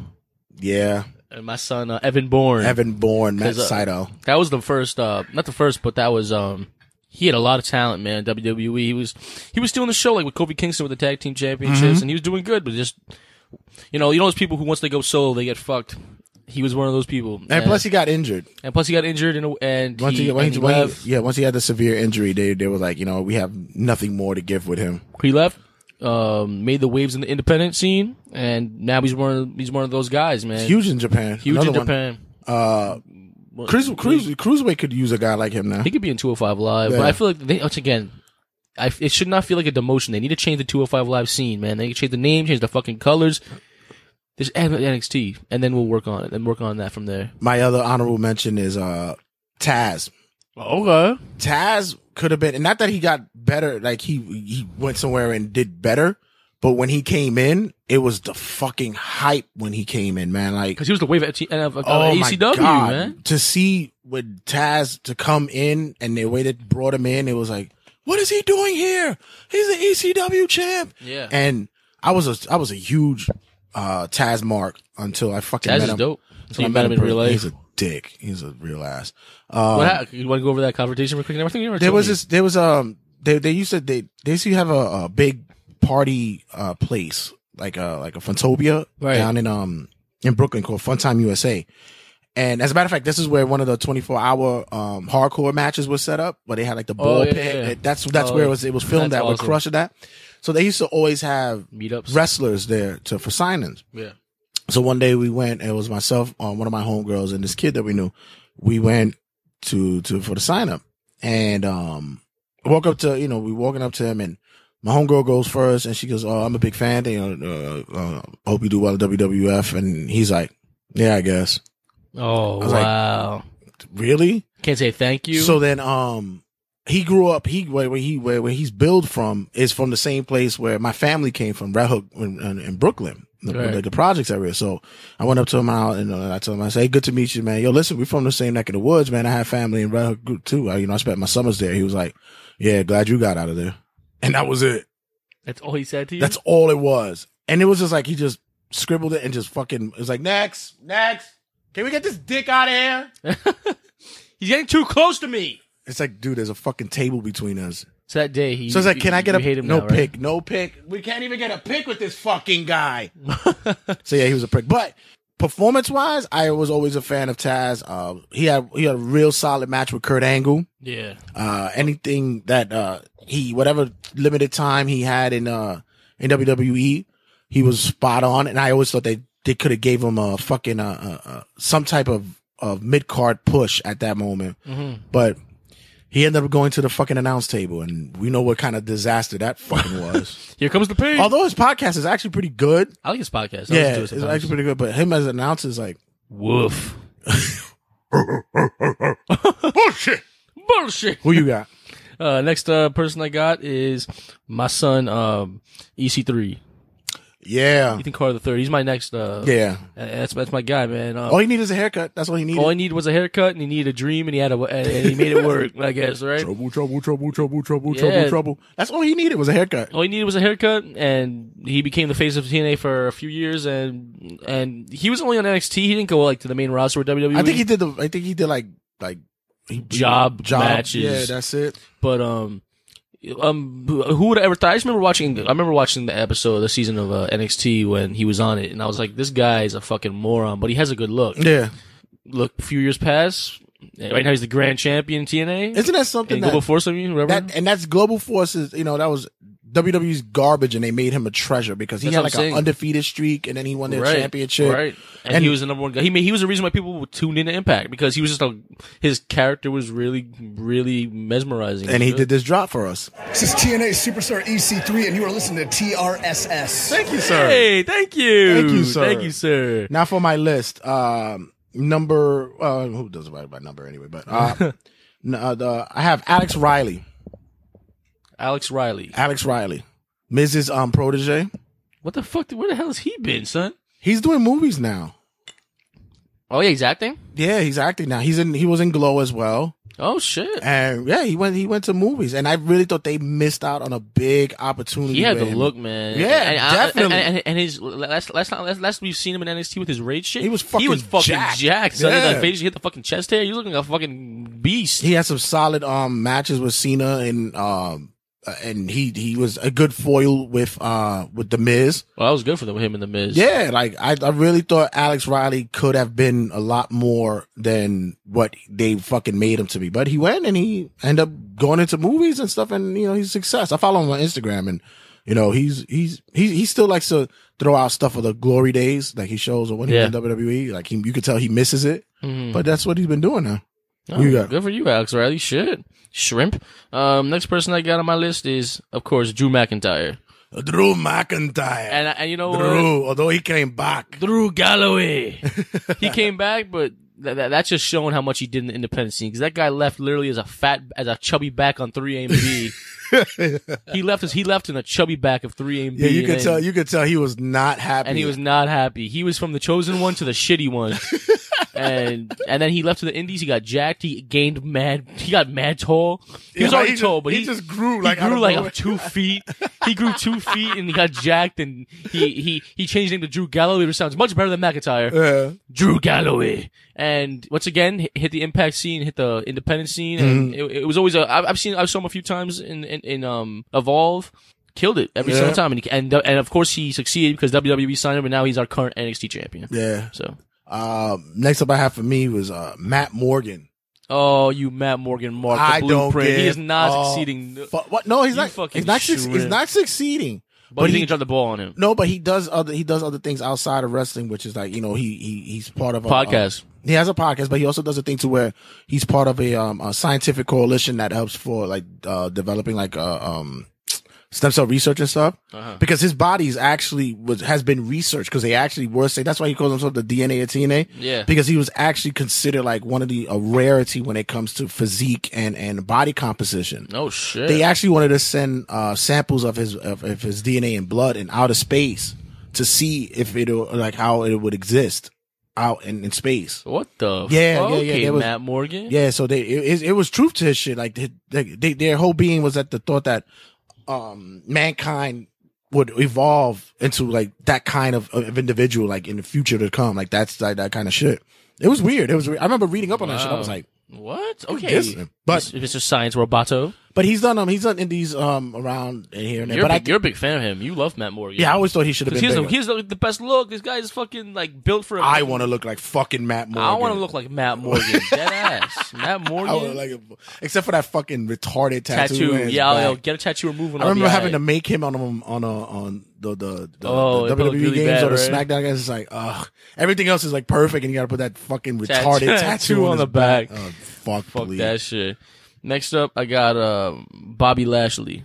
yeah. and my son uh, Evan Bourne. Evan Bourne, Matt 'Cause, uh, Saito. That was the first, uh, not the first, but that was, um, he had a lot of talent, man. WWE, E. he was, he was still in the show, like with Kofi Kingston with the tag team championships, Mm-hmm. and he was doing good, but just, you know, you know those people who once they go solo, they get fucked. He was one of those people, And plus, he got injured. and plus he got injured, and and Once he, he, when and he- he when he- left. yeah, once he had the severe injury, they they were like, you know, we have nothing more to give with him. He left, um, made the waves in the independent scene, and now he's one of he's one of those guys, man. Huge in Japan. Huge in Another one. Japan. Uh, Cruise, Cruise, Cruiserweight could use a guy like him now. He could be in 205 Live, Yeah. but I feel like they once again, I, it should not feel like a demotion. They need to change the 205 Live scene, man. They need to change the name, change the fucking colors. Just add NXT, and then we'll work on it and work on that from there. My other honorable mention is uh Taz. Okay. Taz could have been, and not that he got better, like he he went somewhere and did better, but when he came in, it was the fucking hype when he came in, man. Like Because he was the wave at T- uh, of, of ECW, E man. Oh To see with Taz to come in and the way that brought him in, it was like, what is he doing here? He's an ECW champ. Yeah. And I was a I was a huge uh Taz mark until I fucking Taz met is him. dope. Until So you I met him in person. real life. He's a dick. He's a real ass. Um, what hap- You want to go over that confrontation real quick? and everything? You already there told was me. this there was um they they used to they they used to have a, a big party uh place like a like a funtopia Right. down in um in brooklyn called funtime usa and as a matter of fact this is where one of the 24 hour um hardcore matches was set up where they had like the ball Oh, yeah, pit yeah, yeah. that's that's Oh, where it was it was filmed that's at with awesome. crush of that so they used to always have meetups. wrestlers there to for signings yeah. so one day we went, and it was myself, um, one of my homegirls, and this kid that we knew. We went to to for the sign up, and um, walk up to you know we walking up to him, and my homegirl goes first, and she goes, "Oh, I'm a big fan. You know, uh, uh, hope you do well at WWF." And he's like, "Yeah, I guess." Oh was like, wow! Really? Can't say thank you. So then, um, he grew up. He where, where he where, where he's billed from is from the same place where my family came from, Red Hook in, in, in Brooklyn, the, Right. like the projects area. So I went up to him out and uh, I told him, I said, "Hey, good to meet you, man. Yo, listen, we're from the same neck of the woods, man. I have family in Red Hook group too. I, you know, I spent my summers there." He was like, "Yeah, glad you got out of there." And that was it. that's all he said to you. That's all it was. And it was just like he just scribbled it and just fucking. It was like next, next. Can we get this dick out of here? He's getting too close to me. It's like, dude, there's a fucking table between us. So that day, he So it's like, can you- I get you a hate him no now, right? pick, no pick? We can't even get a pick with this fucking guy. so yeah, he was a prick. But performance wise, I was always a fan of Taz. Uh, he had he had a real solid match with Kurt Angle. Yeah. Uh, anything that uh he whatever limited time he had in uh in WWE, he was spot on. And I always thought they they could have gave him a fucking uh, uh, uh some type of of mid card push at that moment. Mhm. But he ended up going to the fucking announce table, and we know what kind of disaster that fucking was. Here comes the pain. Although his podcast is actually pretty good, I like his podcast. I listen yeah, it's to it sometimes. actually pretty good. But him as an announcer is like, Woof. bullshit. Bullshit. Who you got? Uh, next uh, person I got is my son, um, EC3. Yeah, Ethan Carter the third. He's my next. Uh, Yeah. uh, that's that's my guy, man. Uh, all he needed is a haircut. That's all he needed. all he needed was a haircut, and he needed a dream, and he had a, and he made it work. I guess, right? Trouble, trouble, trouble, trouble, trouble, Yeah. trouble, trouble. That's all he needed was a haircut. All he needed was a haircut, and he became the face of TNA for a few years, and and he was only on NXT. He didn't go like to the main roster of WWE. I think he did the. I think he did like like he- Job matches. Yeah, that's it. But um, um, who would have ever thought? I just remember watching. I remember watching the episode, the season of uh, NXT when he was on it, and I was like, this guy is a fucking moron, but he has a good look. Yeah, Look, a few years pass. and Right now, he's the grand champion in TNA. isn't that something and that, Global Force, I mean, whatever. that and that's Global Forces. You know that was WWE's garbage, and they made him a treasure because he That's what had like I'm an saying. undefeated streak, and then he won the championship. right? And, And- he was the number one guy. He made, he was the reason why people would tune into Impact because he was just a his character was really really mesmerizing. And he did this drop for us. This is TNA Superstar EC3, and you are listening to TRSS. Thank you, sir. Hey, thank you, Thank you, sir. thank you, sir. Now for my list, um, number uh, who doesn't write by number anyway? But uh, n- uh, the, I have Alex Riley, Alex Riley, Alex Riley, Mrs. Um, Protege. what the fuck? Where the hell has he been, son? He's doing movies now. Oh yeah, he's acting. Yeah, he's acting now. He's in. He was in Glow as well, Oh shit, and yeah, he went. He went to movies, and I really thought they missed out on a big opportunity. he had with the him. look, man. Yeah, And- and- definitely. And, and, and his last last time last, last we've seen him in NXT with his rage shit, He was he was fucking fucking jacked. jacked. son. He had Yeah. that face, he hit the fucking chest hair. He was looking like a fucking beast. He had some solid um matches with Cena, and um uh, and he he was a good foil with uh with the Miz. well, that was good for them, him and the Miz. Yeah, like I, I really thought Alex Riley could have been a lot more than what they fucking made him to be. But he went and he ended up going into movies and stuff and you know, he's success. I follow him on Instagram and you know, he's he's he he still likes to throw out stuff of the glory days like he shows or when Yeah. he's in WWE. Like he you could tell he misses it. Mhm. But that's what he's been doing now. Oh, You got- good for you, Alex Riley. Shit, shrimp. Um, next person I got on my list is, of course, Drew McIntyre, Drew McIntyre. and I- and you know what? Drew, although he came back. Drew Galloway. he came back, but that, that, that's just showing how much he did in the independent scene. Because that guy left literally as a fat, as a chubby back on three AMB. he left as he left in a chubby back of three AMB. Yeah, you could and- tell you could tell he was not happy. and he was not happy. He was from the chosen one to the shitty one. and and then he left to the indies. He got jacked. He gained mad. He got mad tall. He Yeah, was like, already he tall, just- but he he, just grew, he like, out grew of like nowhere. two feet. He grew two feet and he got jacked. And he he he changed his name to Drew Galloway, which sounds much better than McIntyre. Yeah. Drew Galloway. And once again, hi- hit the impact scene, hit the independent scene, and Mm-hmm. it, it was always a. I've, I've seen, I saw him a few times in in, in um Evolve, killed it every Yeah. single time, and he, and and of course he succeeded because WWE signed him, and now he's our current NXT champion. Yeah. So, Uh, next up I have for me was uh, Matt Morgan. oh, you Matt Morgan, Mark, the I don't blueprint. He give is not a succeeding, Fu- what? No, he's You not. fucking He's not. suc- shrimp. he's not succeeding. but, he, didn't drop the ball on him. no, but he does other. He does other things outside of wrestling, which is like you know he, he he's part of a Podcast. a- he has a podcast, but he also does a thing to where he's part of a um a scientific coalition that helps for like uh developing like uh, um stem cell research and stuff. Because his body's actually was has been researched because they actually were saying that's why he calls himself the DNA of TNA. Yeah. Because he was actually considered like one of the a rarity when it comes to physique and and body composition. No shit. They actually wanted to send uh, samples of his of, of his DNA and blood in outer space to see if it like how it would exist out in, in space. what the? Yeah, fuck? yeah, yeah, Okay, there was- Matt Morgan. Yeah, so they it, it, it was truth to his shit. Like they, they, their whole being was at the thought that um mankind would evolve into like that kind of, of individual like in the future to come. Like that's like, that kind of shit. It was weird. It was. weird. I remember reading up on that shit. I was Wow. like, Oh. What? You're Okay. dissing him. But- Mr. Mr. Science Roboto. But he's done um he's done indies um around here and there. You're, but a I big, you're a big fan of him. You love Matt Morgan. Yeah, I always thought he should have 'Cause been He's, the, bigger. he's the, the best look. This guy is fucking like built for. a I want to look like fucking Matt Morgan. I want to look like Matt Morgan. Dead ass. Matt Morgan. I wanna like him. except for that fucking retarded tattoo. tattoo. in his Yeah, I'll, back. I'll get a tattoo removed. I remember having to make him on um, on uh, on the the, the, Oh, the it looked WWE really games bad, or the right? SmackDown games. It's like, ugh, everything else is like perfect, and you got to put that fucking retarded tattoo, on his the back. Oh, fuck, Fuck please. that shit. Next up, I got uh, Bobby Lashley.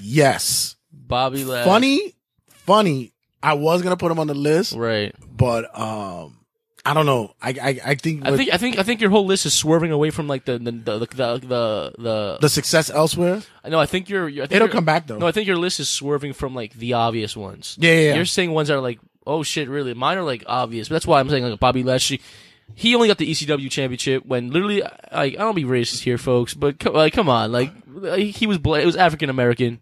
Yes, Bobby Lashley. funny, funny. I was gonna put him on the list, right? But um, I don't know. I I, I think I with think I think I think your whole list is swerving away from like the the the the the, the, the success elsewhere. No, I think you're. you're I think It'll you're- come back, though. No, I think your list is swerving from like the obvious ones. Yeah, yeah, yeah. You're saying ones that are like, oh shit, really? Mine are like obvious, but that's why I'm saying like Bobby Lashley. He only got the ECW championship when literally, like, I don't be racist here, folks, but co- like, come on, like, he was bla- it was African American.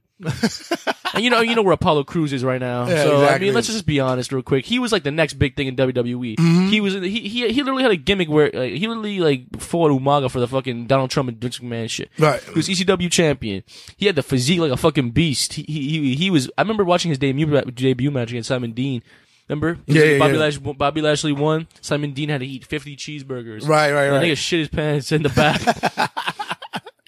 and you know, you know where Apollo Cruz is right now. Yeah, so I exactly. mean, let's just be honest, real quick. He was like the next big thing in WWE. Mhm. He was in the, he, he he literally had a gimmick where like, he literally like fought Umaga for the fucking Donald Trump and Vince McMahon shit. Right. He was ECW champion. He had the physique like a fucking beast. He he he, he was. I remember watching his debut debut match against Simon Dean. Remember? It was Yeah, yeah, Bobby yeah. Lashley. Bobby Lashley won. Simon Dean had to eat fifty cheeseburgers. Right, right, And the right. Nigga shit his pants in the back.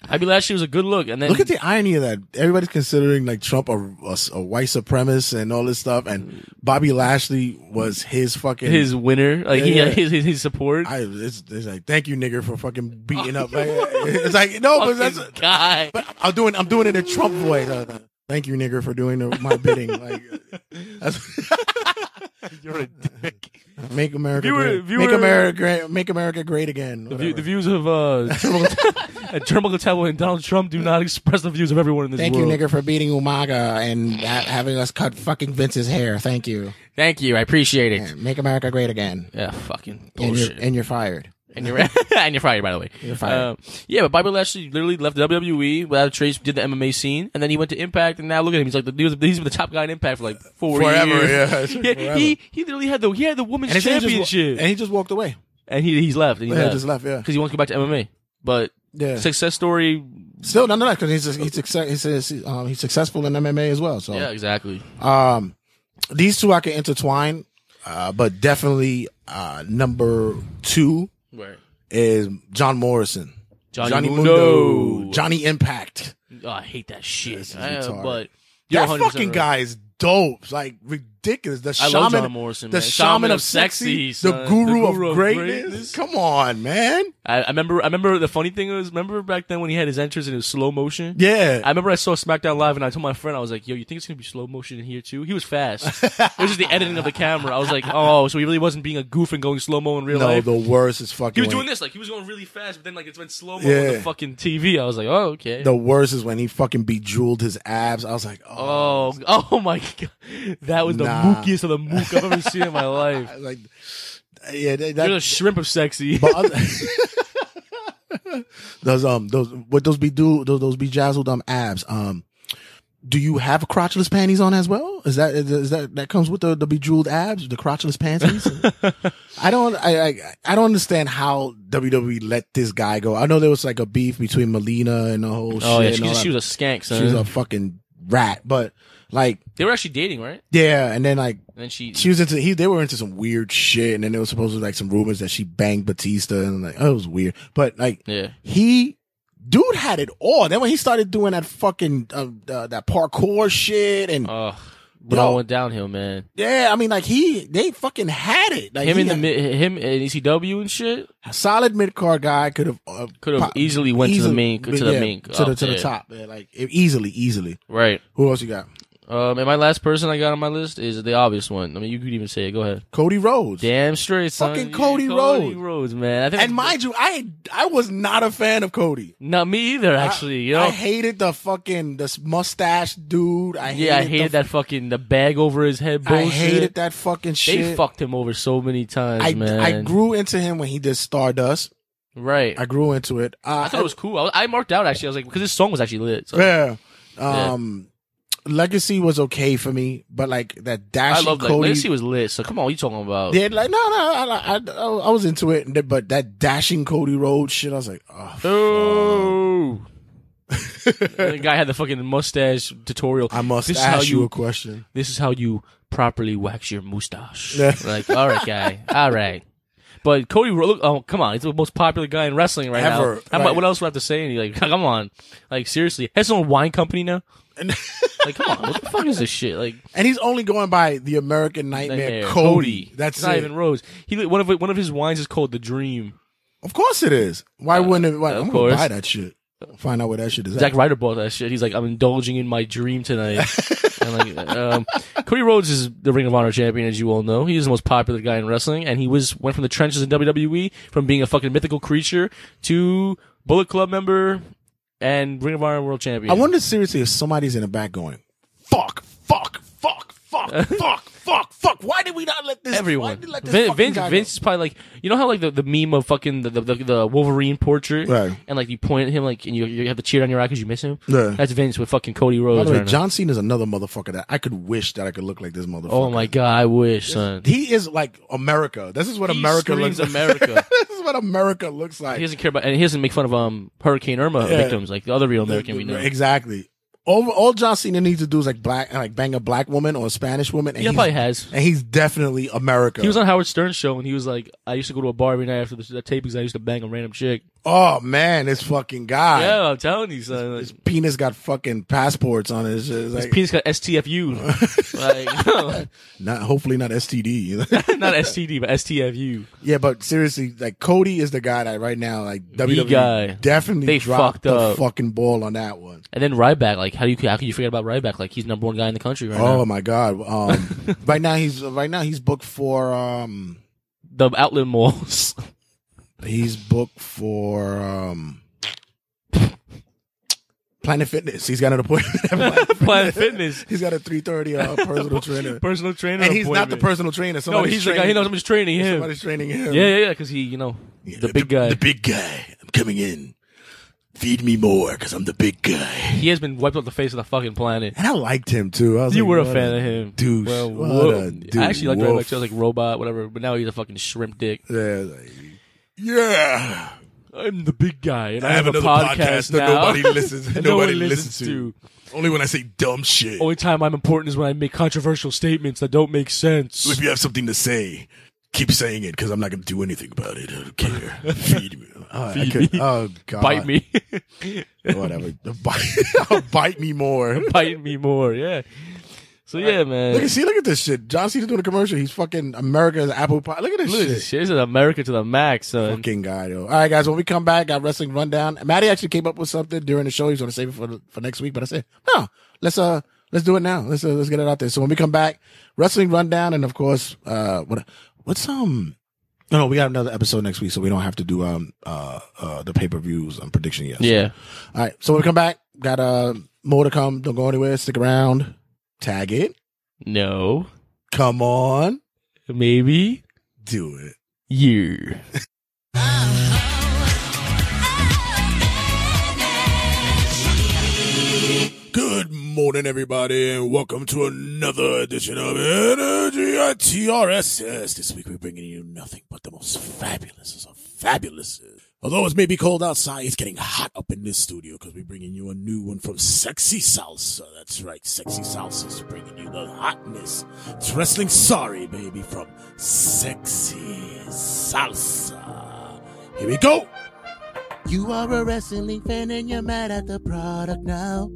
Bobby Lashley was a good look, and then Look at the irony of that. Everybody's considering like Trump a, a, a white supremacist and all this stuff, and Bobby Lashley was his fucking Mm. his winner. Like Yeah, he yeah. had his, his his support. I, it's, it's like thank you nigger for fucking beating up. Like, it's like no, but that's Fucking guy. But I'm doing I'm doing it in Trump voice. Uh, thank you nigger for doing the, my bidding. Like that's, You're a dick. make America Viewer- great. viewer- make America great. Make America great again. The, Whatever. view, the views of uh, Turnbull Gatebo and Donald Trump do not express the views of everyone in this Thank world. you, nigger, for beating Umaga and ha- having us cut fucking Vince's hair. Thank you. Thank you, I appreciate it. Make America great again. Yeah, fucking And you're, bullshit. and you're fired. And you're and you're fired, by the way. You're fired. Um, yeah, but Bobby Lashley literally left WWE without a trace. Did the MMA scene, and then he went to Impact, and now look at him. He's like the dude. He's been the top guy in Impact for like four Forever, years. yeah. he he literally had the he had the women's And he just wa- championship, and he just walked away. and he he's left. And he Yeah, left. just left, yeah. because he wants to go back to MMA. But Yeah. success story. Still, nonetheless, because he's he's, success, he's, he's, um, he's successful in MMA as well. So Yeah, exactly. Um, these two I can intertwine, uh, but definitely uh, number two Right. is John Morrison, Johnny Mundo. Johnny Impact. Oh, I hate that shit. This is Uh, retarded. but you're That 100% fucking right. guy is dope, like ridiculous. The I shaman, love John Morrison, the man. shaman, of sexy, son. the, guru The guru of of greatness. greatness. Come on, man. I, I remember. I remember the funny thing was. Remember back then when he had his entrance and it was slow motion. Yeah. I remember I saw SmackDown live and I told my friend I was like, "Yo, you think it's gonna be slow motion in here too?" He was fast. it was just the editing of the camera. I was like, "Oh, so he really wasn't being a goof and going slow mo in real no, life." the worst is fucking. he was when- doing this like he was going really fast, but then like it's been slow mo Yeah. on the fucking TV. I was like, "Oh, okay." The worst is when he fucking bejeweled his abs. I was like, oh, Oh, oh my god, that was the Nah. mookiest of the mook I've ever seen in my life. like, yeah, that, You're the that, shrimp of sexy. But other- those um those what those be do those, those bejazzled um abs um do you have crotchless panties on as well? Is that is, is that that comes with the, the bejeweled abs, the crotchless panties? I don't I, I I don't understand how WWE let this guy go. I know there was like a beef between Melina and the whole. oh yeah, shit and she, all she that. was a skank. Son. she was a fucking rat, but like they were actually dating, right? yeah, and then like And then she she was into he they were into some weird shit and then there was supposed to be like some rumors that she banged Batista and like oh it was weird. But like Yeah. he dude had it all. Then when he started doing that fucking uh, uh, that parkour shit and Oh, but Yo. all went downhill, man. yeah, I mean like he they fucking had it. Like him he in the had- mid, him in ECW and shit a solid mid card guy could have uh, could have pop- easily went to the easily- main to the yeah, main to the up to the there. top yeah, like e- easily easily. Right. Who else you got? Um, and my last person I got on my list is the obvious one. I mean, you could even say it. Go ahead. Cody Rhodes. Damn straight, son. Fucking Yeah, Cody Cody Rhodes. Rhodes, man. I think And mind you, I I was not a fan of Cody. not me either. Actually, you know. I hated the fucking this mustache dude. I hated yeah, I hated the, that fucking the bag over his head I bullshit. hated that fucking shit. They fucked him over so many times, I man. I grew into him when he did Stardust. right. I I, grew into it. Uh, thought it was cool. I, was- I marked out actually. I was like, because this song was actually lit. So. yeah. Um, Legacy was okay for me, but like that Dash I love and that. Cody. Lacey was lit. So come on, what you talking about? Yeah, like no, no, I, I, I, I was into it, and then- but that dashing Cody Rhodes shit, I was like, oh, Oh. the guy had the fucking mustache tutorial. I must ask you a question. This is how you properly wax your mustache. Yeah. like, all right, guy, all right. But Cody, Ro- look, oh come on, he's the most popular guy in wrestling right Ever, now. How about- right. What else do I have to say? Like, come on, like seriously, has his own wine company now. like, come on, what the fuck is this shit? Like, and he's only going by the American Nightmare, Nightmare. Cody. That's It's not it. even Rose. He one of one of his wines is called the Dream. Of course it is. Why wouldn't it? Why, Uh, of I'm gonna buy course. that shit. Find out where that shit is. Zack at. Ryder bought that shit. He's like, I'm indulging in my dream tonight. and like, um, Cody Rhodes is the Ring of Honor champion, as you all know. He is the most popular guy in wrestling, and he was went from the trenches in WWE from being a fucking mythical creature to Bullet Club member and Ring of Honor world champion. I wonder seriously if somebody's in the back going, "Fuck, fuck, fuck, fuck, fuck, fuck, fuck." Why did we not let this? Why Everyone, did we let this Vin, fucking Vince, guy go? Vince is probably like, you know how like the, the meme of fucking the, the, the, the Wolverine portrait, Right. and like you point at him like, and you, you have the cheer on your eye because you miss him. Yeah. That's Vince with fucking Cody Rhodes. By the way, right now. John Cena's another motherfucker that I could wish that I could look like this motherfucker. oh my god, I wish, son. He is like America. This is what He America screams looks like. America. this is what America looks like. He doesn't care about, and he doesn't make fun of um Hurricane Irma Yeah. victims like the other real American we know. Exactly. All, all John Cena needs to do is like black, like bang a black woman or a Spanish woman, and Yeah, he's- probably has. and he's definitely America. He was on Howard Stern's show, and he was like, "I used to go to a bar every night after the, the tape because I used to bang a random chick." oh man, this fucking guy, yeah, I'm telling you, son. Like, his, penis got fucking passports on it. It's just like, penis got STFU, like not hopefully not STD. not STD, but STFU. yeah, but seriously, like Cody is the guy that right now, like WWE guy. definitely They dropped fucked the up. fucking ball on that one. And then Ryback, like, how do you how can you forget about Ryback? Like, he's number one guy in the country right Oh now. my god! Um, right now he's right now he's booked for um The outlet malls. he's booked for um Planet Fitness. He's got an appointment. at Planet, Planet Fitness. He's got a three thirty uh, personal trainer. Personal trainer. And he's not the appointment. personal trainer. No, Somebody's he's the guy. He knows somebody's training him. Somebody's training him. Yeah, yeah, yeah. Because he, you know, the big guy. The big guy. I'm coming in. Feed me more, because I'm the big guy. he has been wiped off the face of the fucking planet. And I liked him too. I was You like, were a what fan of him. douche. Well, What wo- a I actually liked douche. Ryback. Like, I was like robot, whatever. But now he's a fucking shrimp dick. Yeah, like, yeah. I'm the big guy, and I have another podcast that now. nobody listens- And nobody one listens to. Only when I say dumb shit. Oh, Only time I'm important is when I make controversial statements that don't make sense. So if you have something to say, keep saying it, because I'm not going to do anything about it. I don't care. Feed me. Oh, I Feed could- me. oh god. Bite me, Whatever. Bite, bite me more. bite me more. Yeah. So yeah, man. Look at see, look at this shit. John Cena's doing a commercial. He's fucking America's apple pie. Look at this Look at shit. this shit. This is America to the max, son. Fucking guy, yo. All right, guys. When we come back, got wrestling rundown. Maddie actually came up with something during the show. He was going to save it for for next week, but I said no. Let's uh let's do it now. Let's uh, let's get it out there. So when we come back, wrestling rundown, and of course, uh, what what's um. No, no, we got another episode next week, so we don't have to do um uh, uh the pay per views on prediction yet. Yeah. All right, so when we come back, got uh more to come. Don't go anywhere. Stick around. Tag it. No. Come on, Maybe. do it. Yeah. Good morning, everybody, and welcome to another edition of Energy at TRSS. This week we're bringing you nothing but the most fabulous of fabulous. Although it may be cold outside, it's getting hot up in this studio because we're bringing you a new one from Sexy Salsa. That's right, Sexy Salsa's bringing you the hotness. It's Wrestling Sorry, baby, from Sexy Salsa. Here we go. You are a wrestling fan and you're mad at the product now.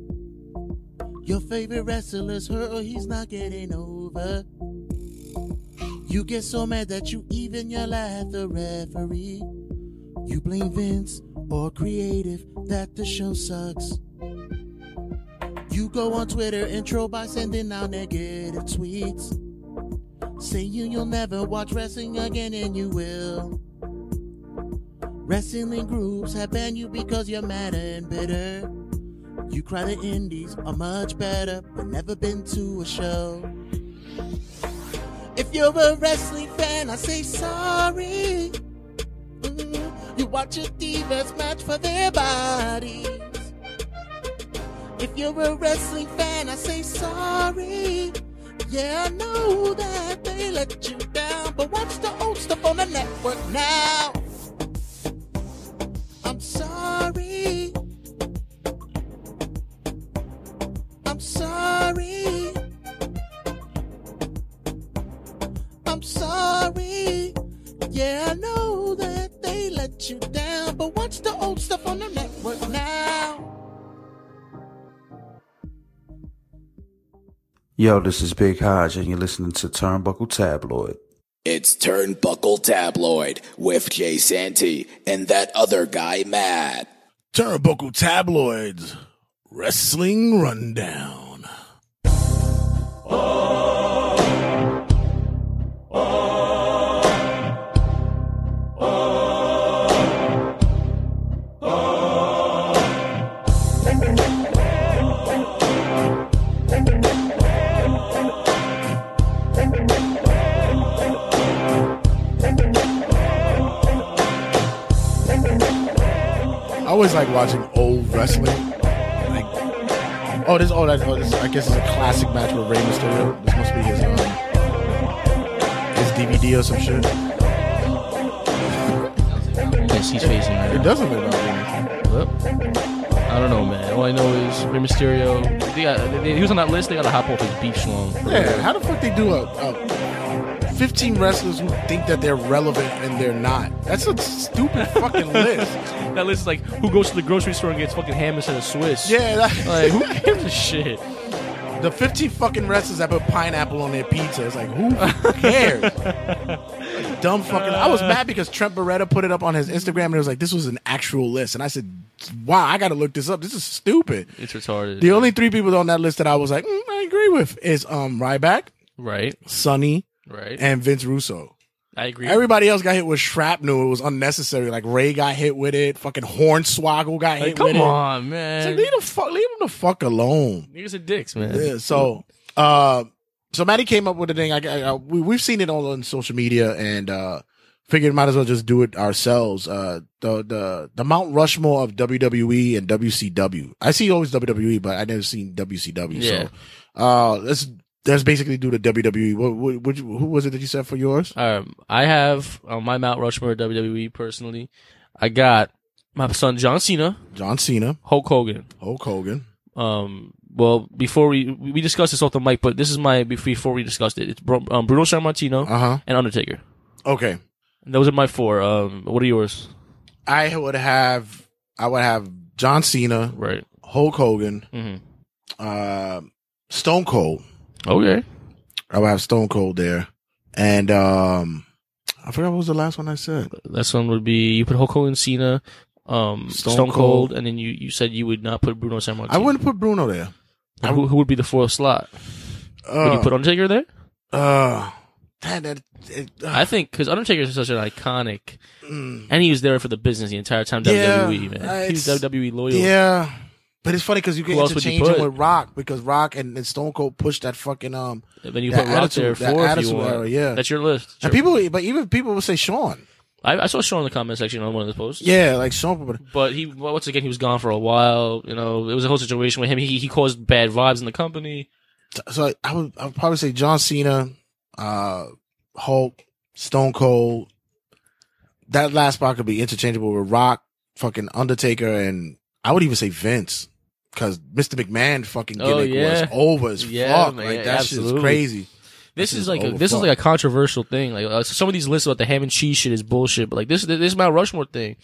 Your favorite wrestler's hurt or he's not getting over. You get so mad that you even yell at the referee. You blame Vince or creative that the show sucks. You go on Twitter and troll by sending out negative tweets. Saying you'll never watch wrestling again and you will. Wrestling groups have banned you because you're mad and bitter. You cry the indies are much better, but never been to a show. If you're a wrestling fan, I say sorry. Mm-hmm. Mm, You watch a Divas match for their bodies. If you're a wrestling fan, I say sorry. Yeah, I know that they let you down, but watch the old stuff on the network now. I'm sorry. I'm sorry. I'm sorry. Yeah, I know that they let you down, but watch the old stuff on the network now. Yo, this is Big Hodge, and you're listening to Turnbuckle Tabloid. It's Turnbuckle Tabloid with Jay Santee and that other guy, Matt. Turnbuckle Tabloids Wrestling Rundown. I always like watching old wrestling. Like, oh, this, oh, that, oh, this, I guess it's a classic match with Rey Mysterio. This must be his, um, his DVD or some shit. Yes, he's facing right It doesn't look about Well, I don't know, man. All I know is Rey Mysterio. They got, they, he was on that list. They got to hop off his beef schlong. Yeah, how the fuck they do a, a 15 wrestlers who think that they're relevant and they're not? That's a stupid fucking list. that list is like who goes to the grocery store and gets fucking ham instead of Swiss. Yeah, that- like who gives a shit? The 15 fucking wrestlers that put pineapple on their pizza. It's like, who cares? Like, dumb fucking. I was mad because Trent Beretta put it up on his Instagram and it was like, this was an actual list. And I said, wow, I got to look this up. This is stupid. It's retarded. The only three people on that list that I was like, mm, I agree with is um Ryback, right, Sonny, Right. and Vince Russo. I agree. Everybody else got hit with shrapnel. It was unnecessary. Like Ray got hit with it. Fucking Hornswoggle got Like, hit come with on, it. It's man. like, leave the fuck, leave him the fuck alone. Niggas are dicks, man. Yeah, so, uh, so Maddie came up with a thing. I, I, I- we, we've seen it all on social media, and uh, figured might as well just do it ourselves. Uh, the the the Mount Rushmore of WWE and WCW. I see always WWE, but I never seen WCW. Yeah. So, uh, let's let's basically do the WWE. What, what, what you- who was it that you said for yours? Um, I have on my Mount Rushmore WWE E personally. I got my son John Cena, John Cena, Hulk Hogan, Hulk Hogan. Um, well, before we we discussed this off the mic, but this is my before we discussed it. It's Bru- um, Bruno Sammartino Uh-huh. and Undertaker. Okay, those are my four. Um, what are yours? I would have I would have John Cena, right? Hulk Hogan, Mhm. uh, Stone Cold. Okay. I would have Stone Cold there, and um, I forgot what was the last one I said. Last one would be you put Hulk Hogan, Cena, um, Stone Stone, Cold, Cold. and then you, you said you would not put Bruno Sammartino. I wouldn't put Bruno there. I who, who would be the fourth slot? would you Uh, put Undertaker there? Uh, that, that, it, uh, I think because Undertaker is such an iconic, Mm. and he was there for the business the entire time. Yeah, WWE man, uh, he was it's- WWE loyal. Yeah, but it's funny because you get Who else would you interchanging put? with Rock because Rock and, and Stone Cold pushed that fucking um. And then you that put Rock there attitude, that four if attitude you want. era, yeah. that's your list. And people, but even people would say Sean. I, I saw Sean in the comment section on one of the posts. Yeah, like Sean. But But he, well, once again, he was gone for a while. You know, it was a whole situation with him. He, he caused bad vibes in the company. so I would, I would probably say John Cena, uh, Hulk, Stone Cold. That last spot could be interchangeable with Rock, fucking Undertaker, and I would even say Vince, because Mr. McMahon fucking gimmick Oh, yeah. was over as Yeah, fuck. man, like yeah, that shit's absolutely. crazy. This That is shit's like a, over this is fuck. like a controversial thing. Like uh, some of these lists about the ham and cheese shit is bullshit. But like this this Mount Rushmore thing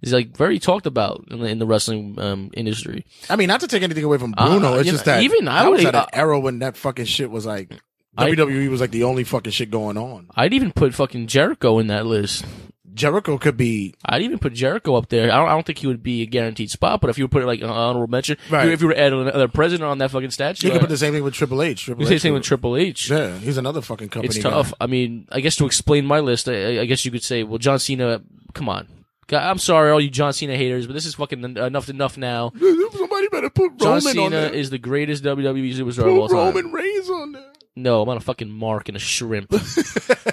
is like very talked about in the, in the wrestling um, industry. I mean, not to take anything away from Uh, Bruno, it's you just know, that even I that was would- uh, at an era when that fucking shit was like I- WWE was like the only fucking shit going on. I'd even put fucking Jericho in that list. Jericho could be. I'd even put Jericho up there. I don't, I don't think he would be a guaranteed spot, but if you were putting like an honorable mention, Right. if you were adding another president on that fucking statue, You could I- put the same thing with Triple H. Triple You say same with Triple H. Yeah, he's another fucking company. it's guy. tough. I mean, I guess to explain my list, I, I guess you could say, well, John Cena, come on. God, I'm sorry, all you John Cena haters, but this is fucking en- enough enough now. Somebody better put John Roman Cena on there. is the greatest WWE E superstar of all Put time. Roman Reigns on there. No, I'm not a fucking mark and a shrimp.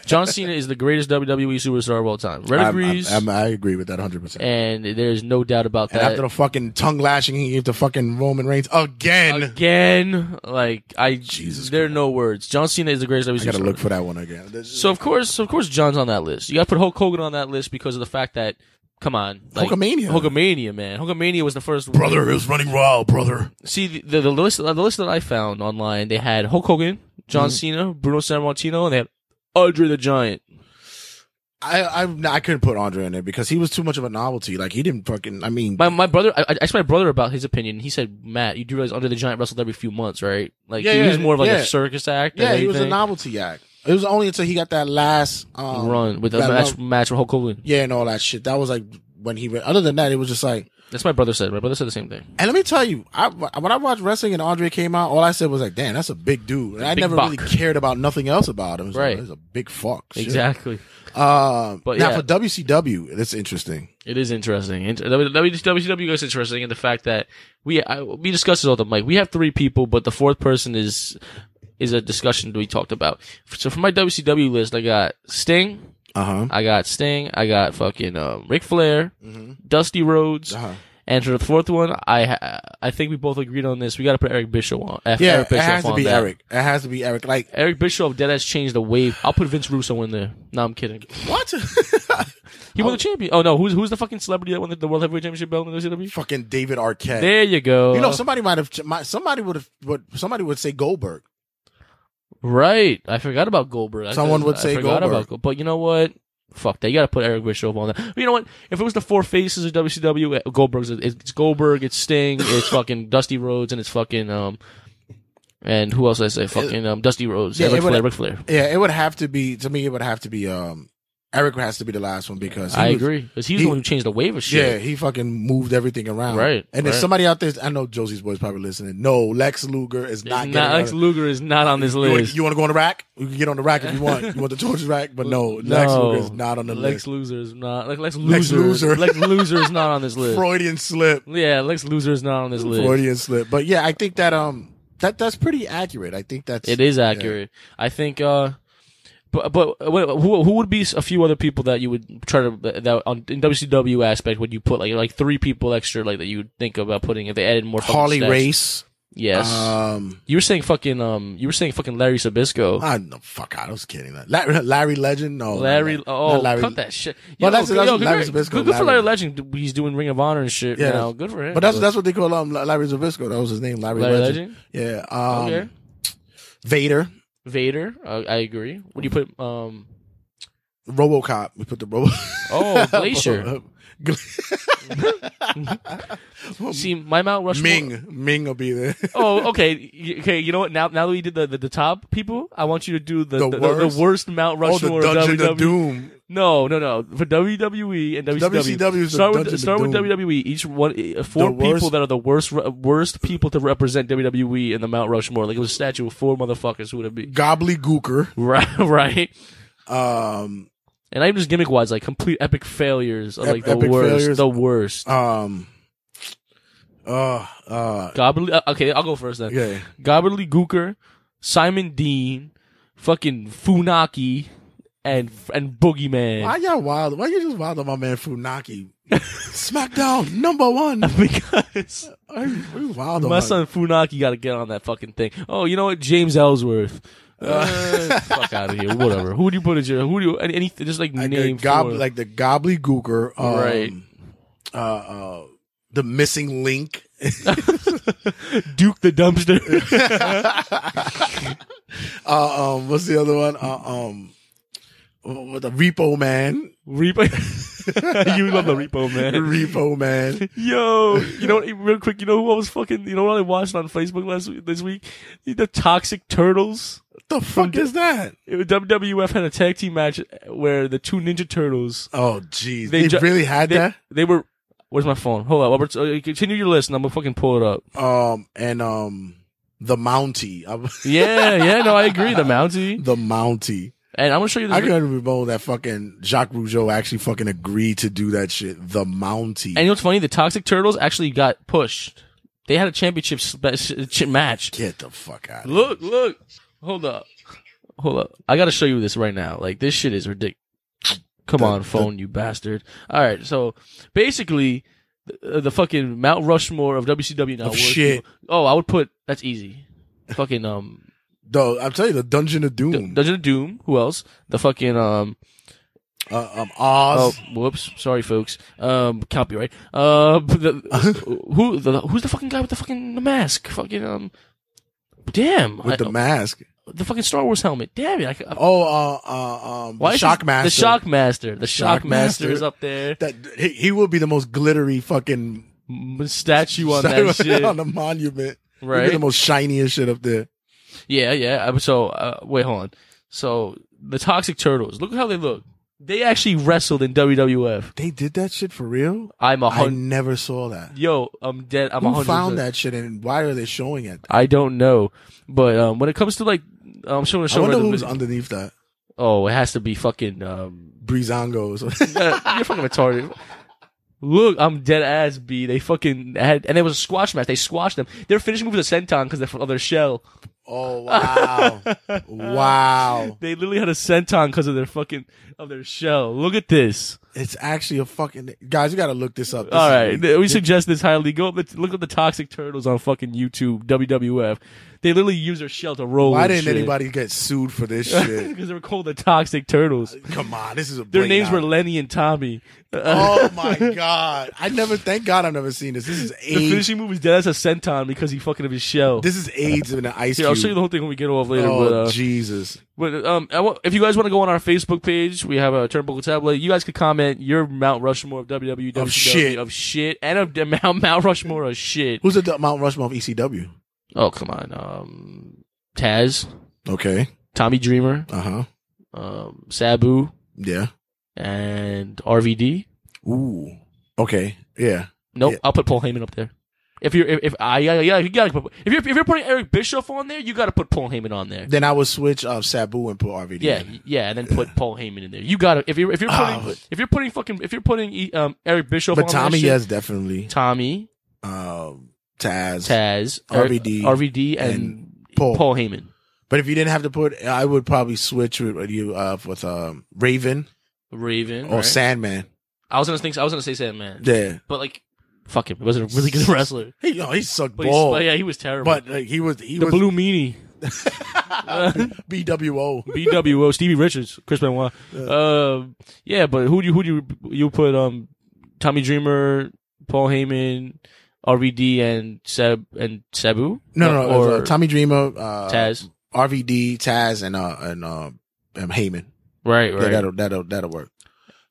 John Cena is the greatest WWE superstar of all time. Red I'm- agrees, I'm- I'm- i agree with that 100%. and there's no doubt about And that. after the fucking tongue lashing he gave to fucking Roman Reigns again. Again, like I, there are no words. John Cena is the greatest E WWE I gotta superstar. look for that one again. So of course, so of course, John's on that list. You got to put Hulk Hogan on that list because of the fact that, come on, Hulkamania. Hulkamania, man, Hulkamania was the first. Brother is running wild, brother. See the, the, the list, the list that I found online, they had Hulk Hogan, John Mhm. Cena, Bruno Sammartino, and they had Andre the Giant. I, I I couldn't put Andre in there because he was too much of a novelty. Like he didn't fucking. I mean, My my brother, I, I asked my brother about his opinion. He said, "Matt, you do realize Andre the Giant wrestled every few months, right? Like he was more of like yeah. a circus act. Yeah, and he was a everything. novelty act. It was only until he got that last um, run with a that match, lo- match with Hulk Hogan. yeah, and all that shit. That was like when he. re- Other than that, it was just like. That's my brother said. My brother said the same thing. And let me tell you, I, when I watched wrestling and Andre came out, all I said was like, "Damn, that's a big dude." And I Big never buck. really cared about nothing else about him. It was Right. like, he's a big fuck. Shit. Exactly. Um, But now yeah. for WCW, that's interesting. It is interesting. Inter- W- W- WCW goes interesting in the fact that we I, we discussed this all the mic. We have three people, but the fourth person is is a discussion we talked about. So for my WCW list, I got Sting. Uh-huh. I got Sting. I got fucking um, Ric Flair, Dusty Rhodes, Mm-hmm. Uh-huh. and for the fourth one, I ha- I think we both agreed on this. We got to put Eric Bischoff on. F- yeah, Eric it Bischoff has to on be that. Eric. It has to be Eric. Like Eric Bischoff dead has changed the wave. I'll put Vince Russo in there. No, I'm kidding. what? He won the champion. Oh no, who's who's the fucking celebrity that won the, the world heavyweight championship belt in the WCW? Fucking David Arquette. There you go. You know, somebody might have. might- Somebody would have. Would somebody would say Goldberg? right? I forgot about Goldberg. I Someone just- would I say forgot Goldberg. About, Go- but you know what? Fuck that. You got to put Eric Bischoff on that. You know what? If it was the four faces of WCW, uh, Goldberg's it's Goldberg, it's Sting, it's fucking Dusty Rhodes, and it's fucking um, and who else did I say? Fucking um, Dusty Rhodes, yeah, Ric it would- Flair, Ric Flair. Yeah, it would have to be. To me, it would have to be. Um, Eric has to be the last one because he I was- agree because he's he- the one who changed the wave of shit. Yeah, he fucking moved everything around. Right, And if right. somebody out there, I know Josie's boy's probably listening. No, Lex Luger is It's not. not, getting Lex on- Luger is not on this You want, list. you want to go on the rack? You can get on the rack if you want. You want the torture rack, but no, Lex Luger is not on the Lex list. Luger is not. Lex, Lex Lex Luger. Luger. Lex Luger is not on this list. Freudian slip. Yeah, Lex Luger is not on this list. Freudian slip. But yeah, I think that um that that's pretty accurate. I think that's It is yeah. accurate. I think. uh but but what- who who would be a few other people that you would try to that on in WCW aspect would you put like like three people extra like that you would think about putting if they added more fucking Harley stats? Race. Yes. Um, you were saying fucking um you were saying fucking Larry Sabisco. I no fuck. I was kidding. Larry, Larry Legend. No, not Larry, oh, not Larry- cut that shit. Yo, Well, that's- that's yo, good, Larry for- Zbyszko, good, good for Larry Larry. Legend. He's doing Ring of Honor and shit Yeah, now. that's- Good for him. But that's that's what they call um Larry Zabisco. That was his name, Larry, Larry Legend. Yeah. Um, Okay. Vader, Vader. Uh, I agree. What do you put? Um. RoboCop. We put the Robo. Oh, Glacier. See, my Mount Rushmore. Ming. Ming will be there. Oh, okay. Y- Okay, you know what? Now, now that we did the, the, the top people, I want you to do the The the, the- the worst? worst? Mount Oh, the Rushmore E. Dungeon of of WWE. Doom. No, no, no. For WWE and WCW, WCW is the start Dungeon with of start with Doom. WWE. Each one, uh, four The worst- people that are the worst re- worst people to represent WWE in the Mount Rushmore. Like it was a statue of four motherfuckers. Who would it be? Gobbledygooker. Right, right. Um, and I'm just gimmick wise, like complete epic failures, of, Ep- like the epic worst, failures. the worst. Um. Uh. Uh. Gobbly. uh, Okay, I'll go first then. Yeah. Gobbly Gooker, Simon Dean, fucking Funaki, and and Boogeyman. Why y'all wild? Why you just wild on my man Funaki? SmackDown number one. because I, we wild on My her. son Funaki got to get on that fucking thing. Oh, you know what? James Ellsworth. Uh, fuck out of here. Whatever. Who do you put as your? Who do you? Any, any just like Like, name the gob- for- like the gobbledygooker. Um, Right. Uh, uh, the missing link. Duke the Dumpster. uh, um, what's the other one? Uh, um, what the Repo Man? Repo. you love the Repo Man. Repo Man. Yo, you know, what- real quick, you know who I was fucking, you know what I watched on Facebook last week, this week? The Toxic Turtles. The fuck is that? It was- WWF had a tag team match where the two Ninja Turtles. Oh, jeez. They ju- really had they- that? They were. Where's my phone? Hold on, Robert. uh, Continue your list, and I'm gonna fucking pull it up. Um, and um, the Mountie. I'm- Yeah, yeah. No, I agree. The Mountie. the Mountie. And I'm gonna show you this. I couldn't even believe that fucking Jacques Rougeau actually fucking agreed to do that shit. The Mountie. and you know what's funny? The Toxic Turtles actually got pushed. They had a championship spe- sh- ch- match. Get the fuck out. Look, look. Hold up. Hold up. I gotta show you this right now. Like this shit is ridiculous. Come on, phone, you bastard. All right, so basically, uh, the, the fucking Mount Rushmore of WCW now. Of was- shit. Oh, I would put that's easy. Fucking um, Though I'm telling you, the Dungeon of Doom. Dungeon of Doom. Who else? The fucking um, uh, um, Oz. Oh, whoops, sorry, folks. Um, copyright. Uh, but the, who the who's the fucking guy with the fucking mask? Fucking um, damn. With the mask. The fucking Star Wars helmet. Damn it! I, I, oh, uh, uh, um, Why the is this- Shockmaster. the Shockmaster. The Shockmaster is up there. That he, he will be the most glittery fucking statue on that shit. on the monument. He'll be Right. the most shiniest shit up there. Yeah, yeah. I- So uh, wait, hold on. So the Toxic Turtles. Look how they look. They actually wrestled in WWF. They did that shit for real. I'm a I hundred. never saw that. Yo, I'm dead. I'm a Who hundred. found percent- that shit and why are they showing it? I don't know, but um, when it comes to like, I'm showing a I show. wonder who's underneath that. Oh, it has to be fucking um, Breezango. or something. yeah, you're fucking retarded. Look, I'm dead ass B. They fucking had, and it was a squash match. They squashed them. They're finishing with a senton because they're of their shell. Oh wow, wow! They literally had a senton because of their fucking of their shell. Look at this. It's actually a fucking guys. You got to look this up. This All is- right, th- we suggest this highly. Go up the, look at the Toxic Turtles on fucking YouTube. WWF. They literally use their shell to roll. Why and didn't shit. anybody get sued for this shit? Because they were called the Toxic Turtles. Come on, this is a Their blatant names were out. Lenny and Tommy. Uh, Oh my god! I never. Thank God I've never seen this. This is The AIDS. finishing move is dead as a senton because he fucking of his shell. This is AIDS in an ice Here, I'll show cube. you the whole thing when we get off later. Oh but, uh, Jesus! but um, I wa- if you guys want to go on our Facebook page, we have a Turnbuckle tablet. You guys could comment your Mount Rushmore of E WWE Of shit. of shit, and of the Mount Mount Rushmore of shit. Who's at the Mount Rushmore of E ECW? Oh come on, um, Taz, Okay. Tommy Dreamer, Uh huh. um, Sabu, Yeah. and RVD. Ooh. Okay. Yeah. Nope, I'll put Paul Heyman up there. If you're if, if I yeah yeah you gotta put if you're if you're putting Eric Bischoff on there, you gotta put Paul Heyman on there. Then I would switch uh, Sabu and put RVD. Yeah, in. y- yeah, and then put Paul Heyman in there. You got to if you're if you're putting Ah, but- if you're putting fucking if you're putting e- um Eric Bischoff, But on that Tommy, shit, yes, definitely. Tommy, Um, Taz. Taz, Eric- RVD, RVD, and, Paul. Paul Heyman, But if you didn't have to put, I would probably switch with, with you uh, with um, Raven Raven, or right? Sandman. I was gonna think I was gonna say Sandman. Yeah. but like, fuck him, he wasn't a really good wrestler. He, no, he sucked But he's- ball. but yeah, he was terrible. But like, he was he the was Blue Meanie, BWO. BWO, Stevie Richards, Chris Benoit. Um, yeah, but who do you who do you you put um Tommy Dreamer, Paul Heyman, RVD, and Sab and Sabu? No, no, no it was, or uh, Tommy Dreamer, uh, Taz. RVD, Taz, and uh, and uh, and Heyman. Right, Yeah, right. that'll that'll that'll work.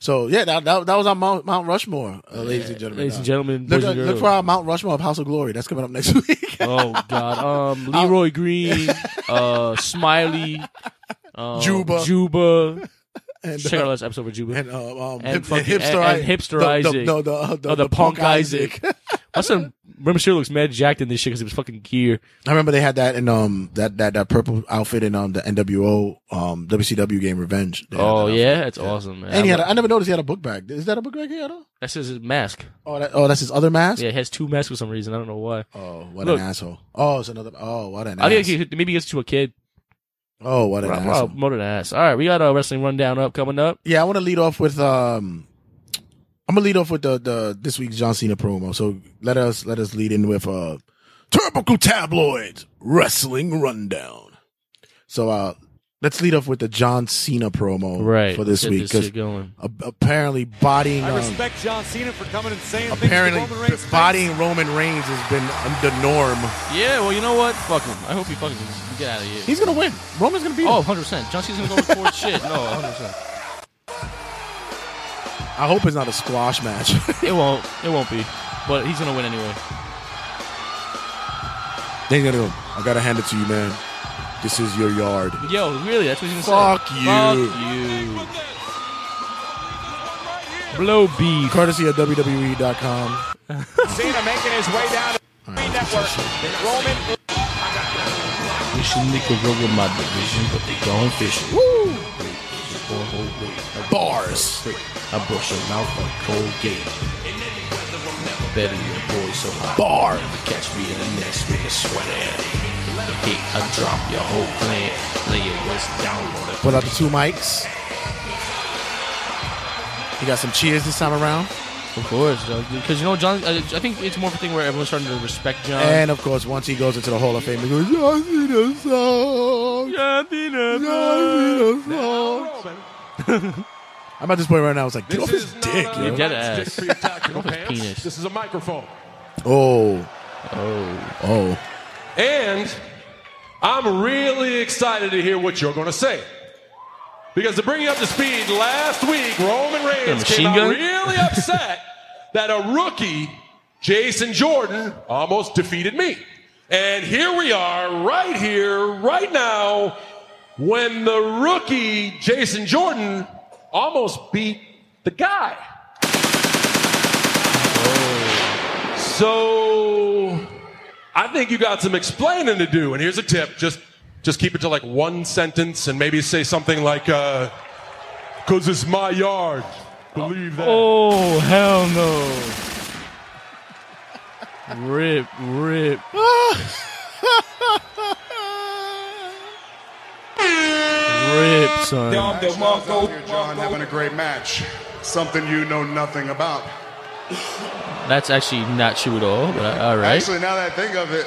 So yeah, that that, that was our Mount, Mount Rushmore, uh, ladies and gentlemen. Ladies and Uh, gentlemen, look, boys uh, and look for girls. our Mount Rushmore of House of Glory. That's coming up next week. oh God, um, Leroy Green, uh, Smiley, um, Juba. Juba. And, Check uh, out last episode with Juba and, uh, um, and, hip- fucking, hipster, and, and hipster the- the- Isaac. no, the- uh, the- Oh, the punk My uh, son, Rim sure looks mad jacked in this shit because it was fucking gear. I remember they had that in um that that that purple outfit in um the NWO um WCW game Revenge. They had oh that outfit. yeah, that's awesome, man. And he I had love- a, I never noticed he had a book bag. Is that a book bag he had on? that's his mask. Oh, that, oh, that's his other mask. Yeah, he has two masks for some reason. I don't know why. Oh, what Look. an asshole. Oh, it's another. Oh, what an. I think ass. he, maybe he gets to a kid. Oh, what an Rob- asshole. Rob, What an ass. All right, we got a wrestling rundown up coming up. Yeah, I want to lead off with um, I'm gonna lead off with the the this week's John Cena promo. So let us let us lead in with uh, Turbical Tabloids Wrestling Rundown. So uh, let's lead off with the John Cena promo Right, for this let's get week this because shit going. apparently bodying I um, respect John Cena for coming and saying apparently things to Roman Reigns. face. bodying Roman Reigns has been um, the norm. Yeah, well, you know what? Fuck him. I hope he fucking get out of here. He's gonna win. Roman's gonna beat Oh, him. 100%. John Cena's going to go record shit. No, 100%. I hope it's not a squash match. It won't. It won't be. But he's going to win anyway. they gonna. Go, I gotta hand it to you, man. This is your yard. Yo, really? That's what he's going to Fuck say? you. Fuck you. Blow beef. Courtesy of E WWE.com. Cena making his way down to the network. Roman Wishing they could roll with my division, but they gone fishing. Woo! Bars. I brush them out like Colgate. Better your boy so hot. Bar. Never catch me in the next big sweater. Hit a drop, your whole plan. Lay it west downloaded. Put out the two mics. You got some cheers this time around. Of course, because you know John. I, I think it's more of a thing where everyone's starting to respect John. And of course, once he goes into the Hall of Fame, he goes, John Cena song. John Cena John Cena song. I'm at this point right now. I was like, get off his dick, yo. Your dead ass. Get off his penis. This is a microphone. Oh. Oh. Oh. And I'm really excited to hear what you're going to say. Because to bring you up to speed, last week Roman Reigns came machine out gun? really upset that a rookie, Jason Jordan, almost defeated me. And here we are, right here, right now, when the rookie, Jason Jordan, almost beat the guy. Oh. So I think you got some explaining to do. And here's a tip: just just keep it to like one sentence, and maybe say something like, uh, "Cause it's my yard." Believe that. Oh hell no! Rip, rip. Rip, son. Dom DeMarco. John having a great match. Something you know nothing about. That's actually not true at all. But all right. Actually, now that I think of it,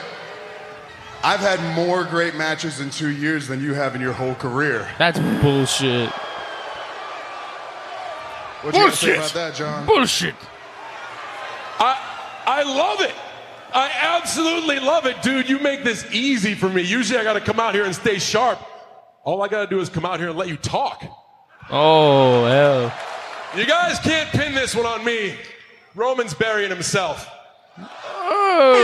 I've had more great matches in two years than you have in your whole career. That's bullshit. What you gotta say Bullshit. about that, John? Bullshit. I love it. I absolutely love it, dude. You make this easy for me. Usually, I got to come out here and stay sharp. All I got to do is come out here and let you talk. Oh hell. You guys can't pin this one on me. Roman's burying himself. Oh.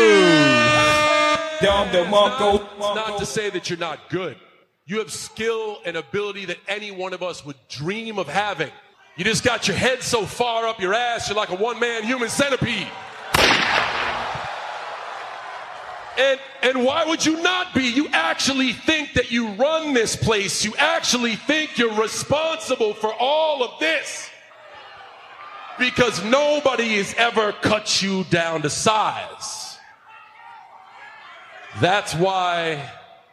Dom DeMarco. It's not to say that you're not good. You have skill and ability that any one of us would dream of having. You just got your head so far up your ass, you're like a one man human centipede. And, and why would you not be? You actually think that you run this place. You actually think you're responsible for all of this. Because nobody has ever cut you down to size. That's why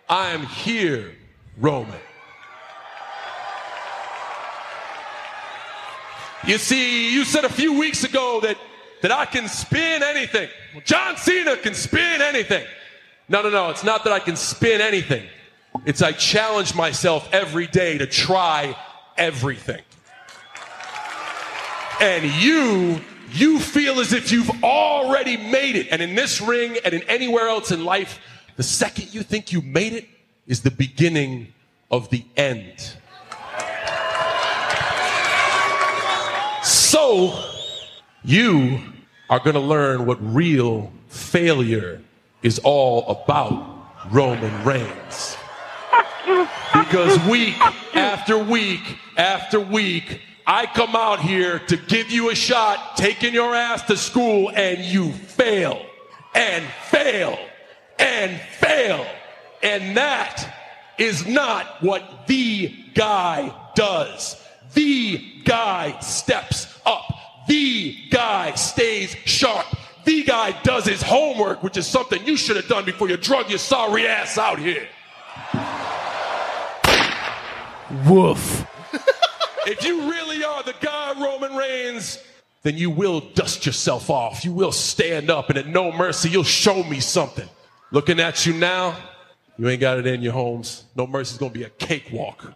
I'm here, Roman. You see, you said a few weeks ago that, that I can spin anything. Well, John Cena can spin anything. No, no, no. It's not that I can spin anything. It's I challenge myself every day to try everything. And you, you feel as if you've already made it. And in this ring and in anywhere else in life, the second you think you made it is the beginning of the end. So, you are going to learn what real failure is all about, Roman Reigns. Because week after week after week, I come out here to give you a shot, taking your ass to school, and you fail and fail and fail. And that is not what the guy does. The guy steps up. The guy stays sharp. The guy does his homework, which is something you should have done before you drug your sorry ass out here. Woof. if you really are the guy, Roman Reigns, then you will dust yourself off. You will stand up, and at no mercy, you'll show me something. Looking at you now, you ain't got it in your homes. No mercy's gonna be a cakewalk.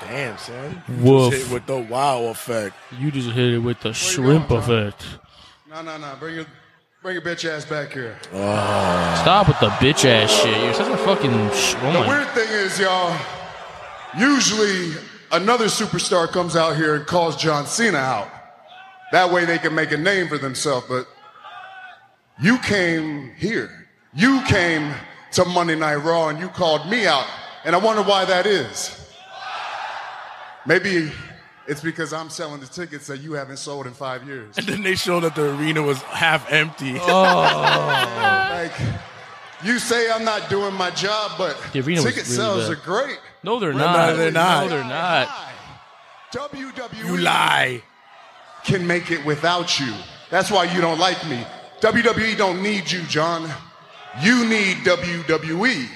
Damn, son. Woof. Just hit with the wow effect. You just hit it with the shrimp of it. No, no, no. Bring your, bring your bitch ass back here. Ah. Stop with the bitch ass shit. You're such a fucking. Sh- oh The my weird thing is, y'all, usually another superstar comes out here and calls John Cena out. That way they can make a name for themselves, but you came here. You came to Monday Night Raw and you called me out, and I wonder why that is. Maybe it's because I'm selling the tickets that you haven't sold in five years. And then they showed that the arena was half empty. like, you say I'm not doing my job, but The arena was ticket really sales bad. are great. No, they're No, not. they're not. No, they're not. WWE you lie. Can E make it without you. That's why you don't like me. WWE don't need you, John. you need WWE.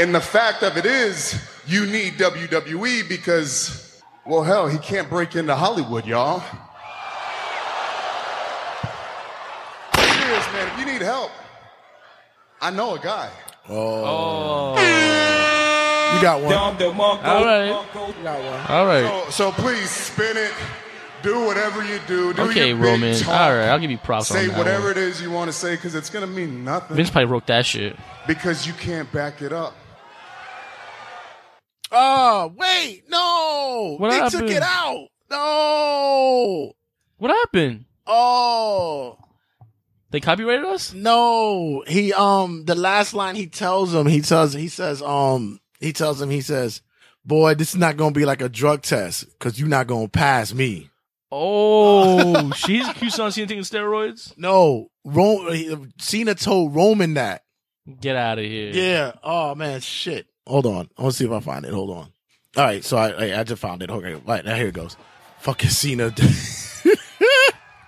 And the fact of it is, you need WWE because, well, hell, he can't break into Hollywood, y'all. Serious, man, if you need help, I know a guy. Oh. You got one. All right. All right. So, so please spin it. Do whatever you do. do okay, your big Roman. talk. All right, I'll give you props Say on that. whatever one. it is you want to say because it's going to mean nothing. Vince probably wrote that shit. because you can't back it up. Oh, wait, no. What they happened? took it out. No. What happened? Oh. They copyrighted us? No. He um the last line he tells him, he tells he says, um, he tells him, he says, Boy, this is not gonna be like a drug test, cause you're not gonna pass me. Oh, she's accused on Cena taking steroids. No, Rome Cena told Roman that. Get out of here. Yeah. Oh man, shit. Hold on. I want to see if I find it. Hold on. All right. So I I, I just found it. Okay. Right now here it goes. Fucking Cena.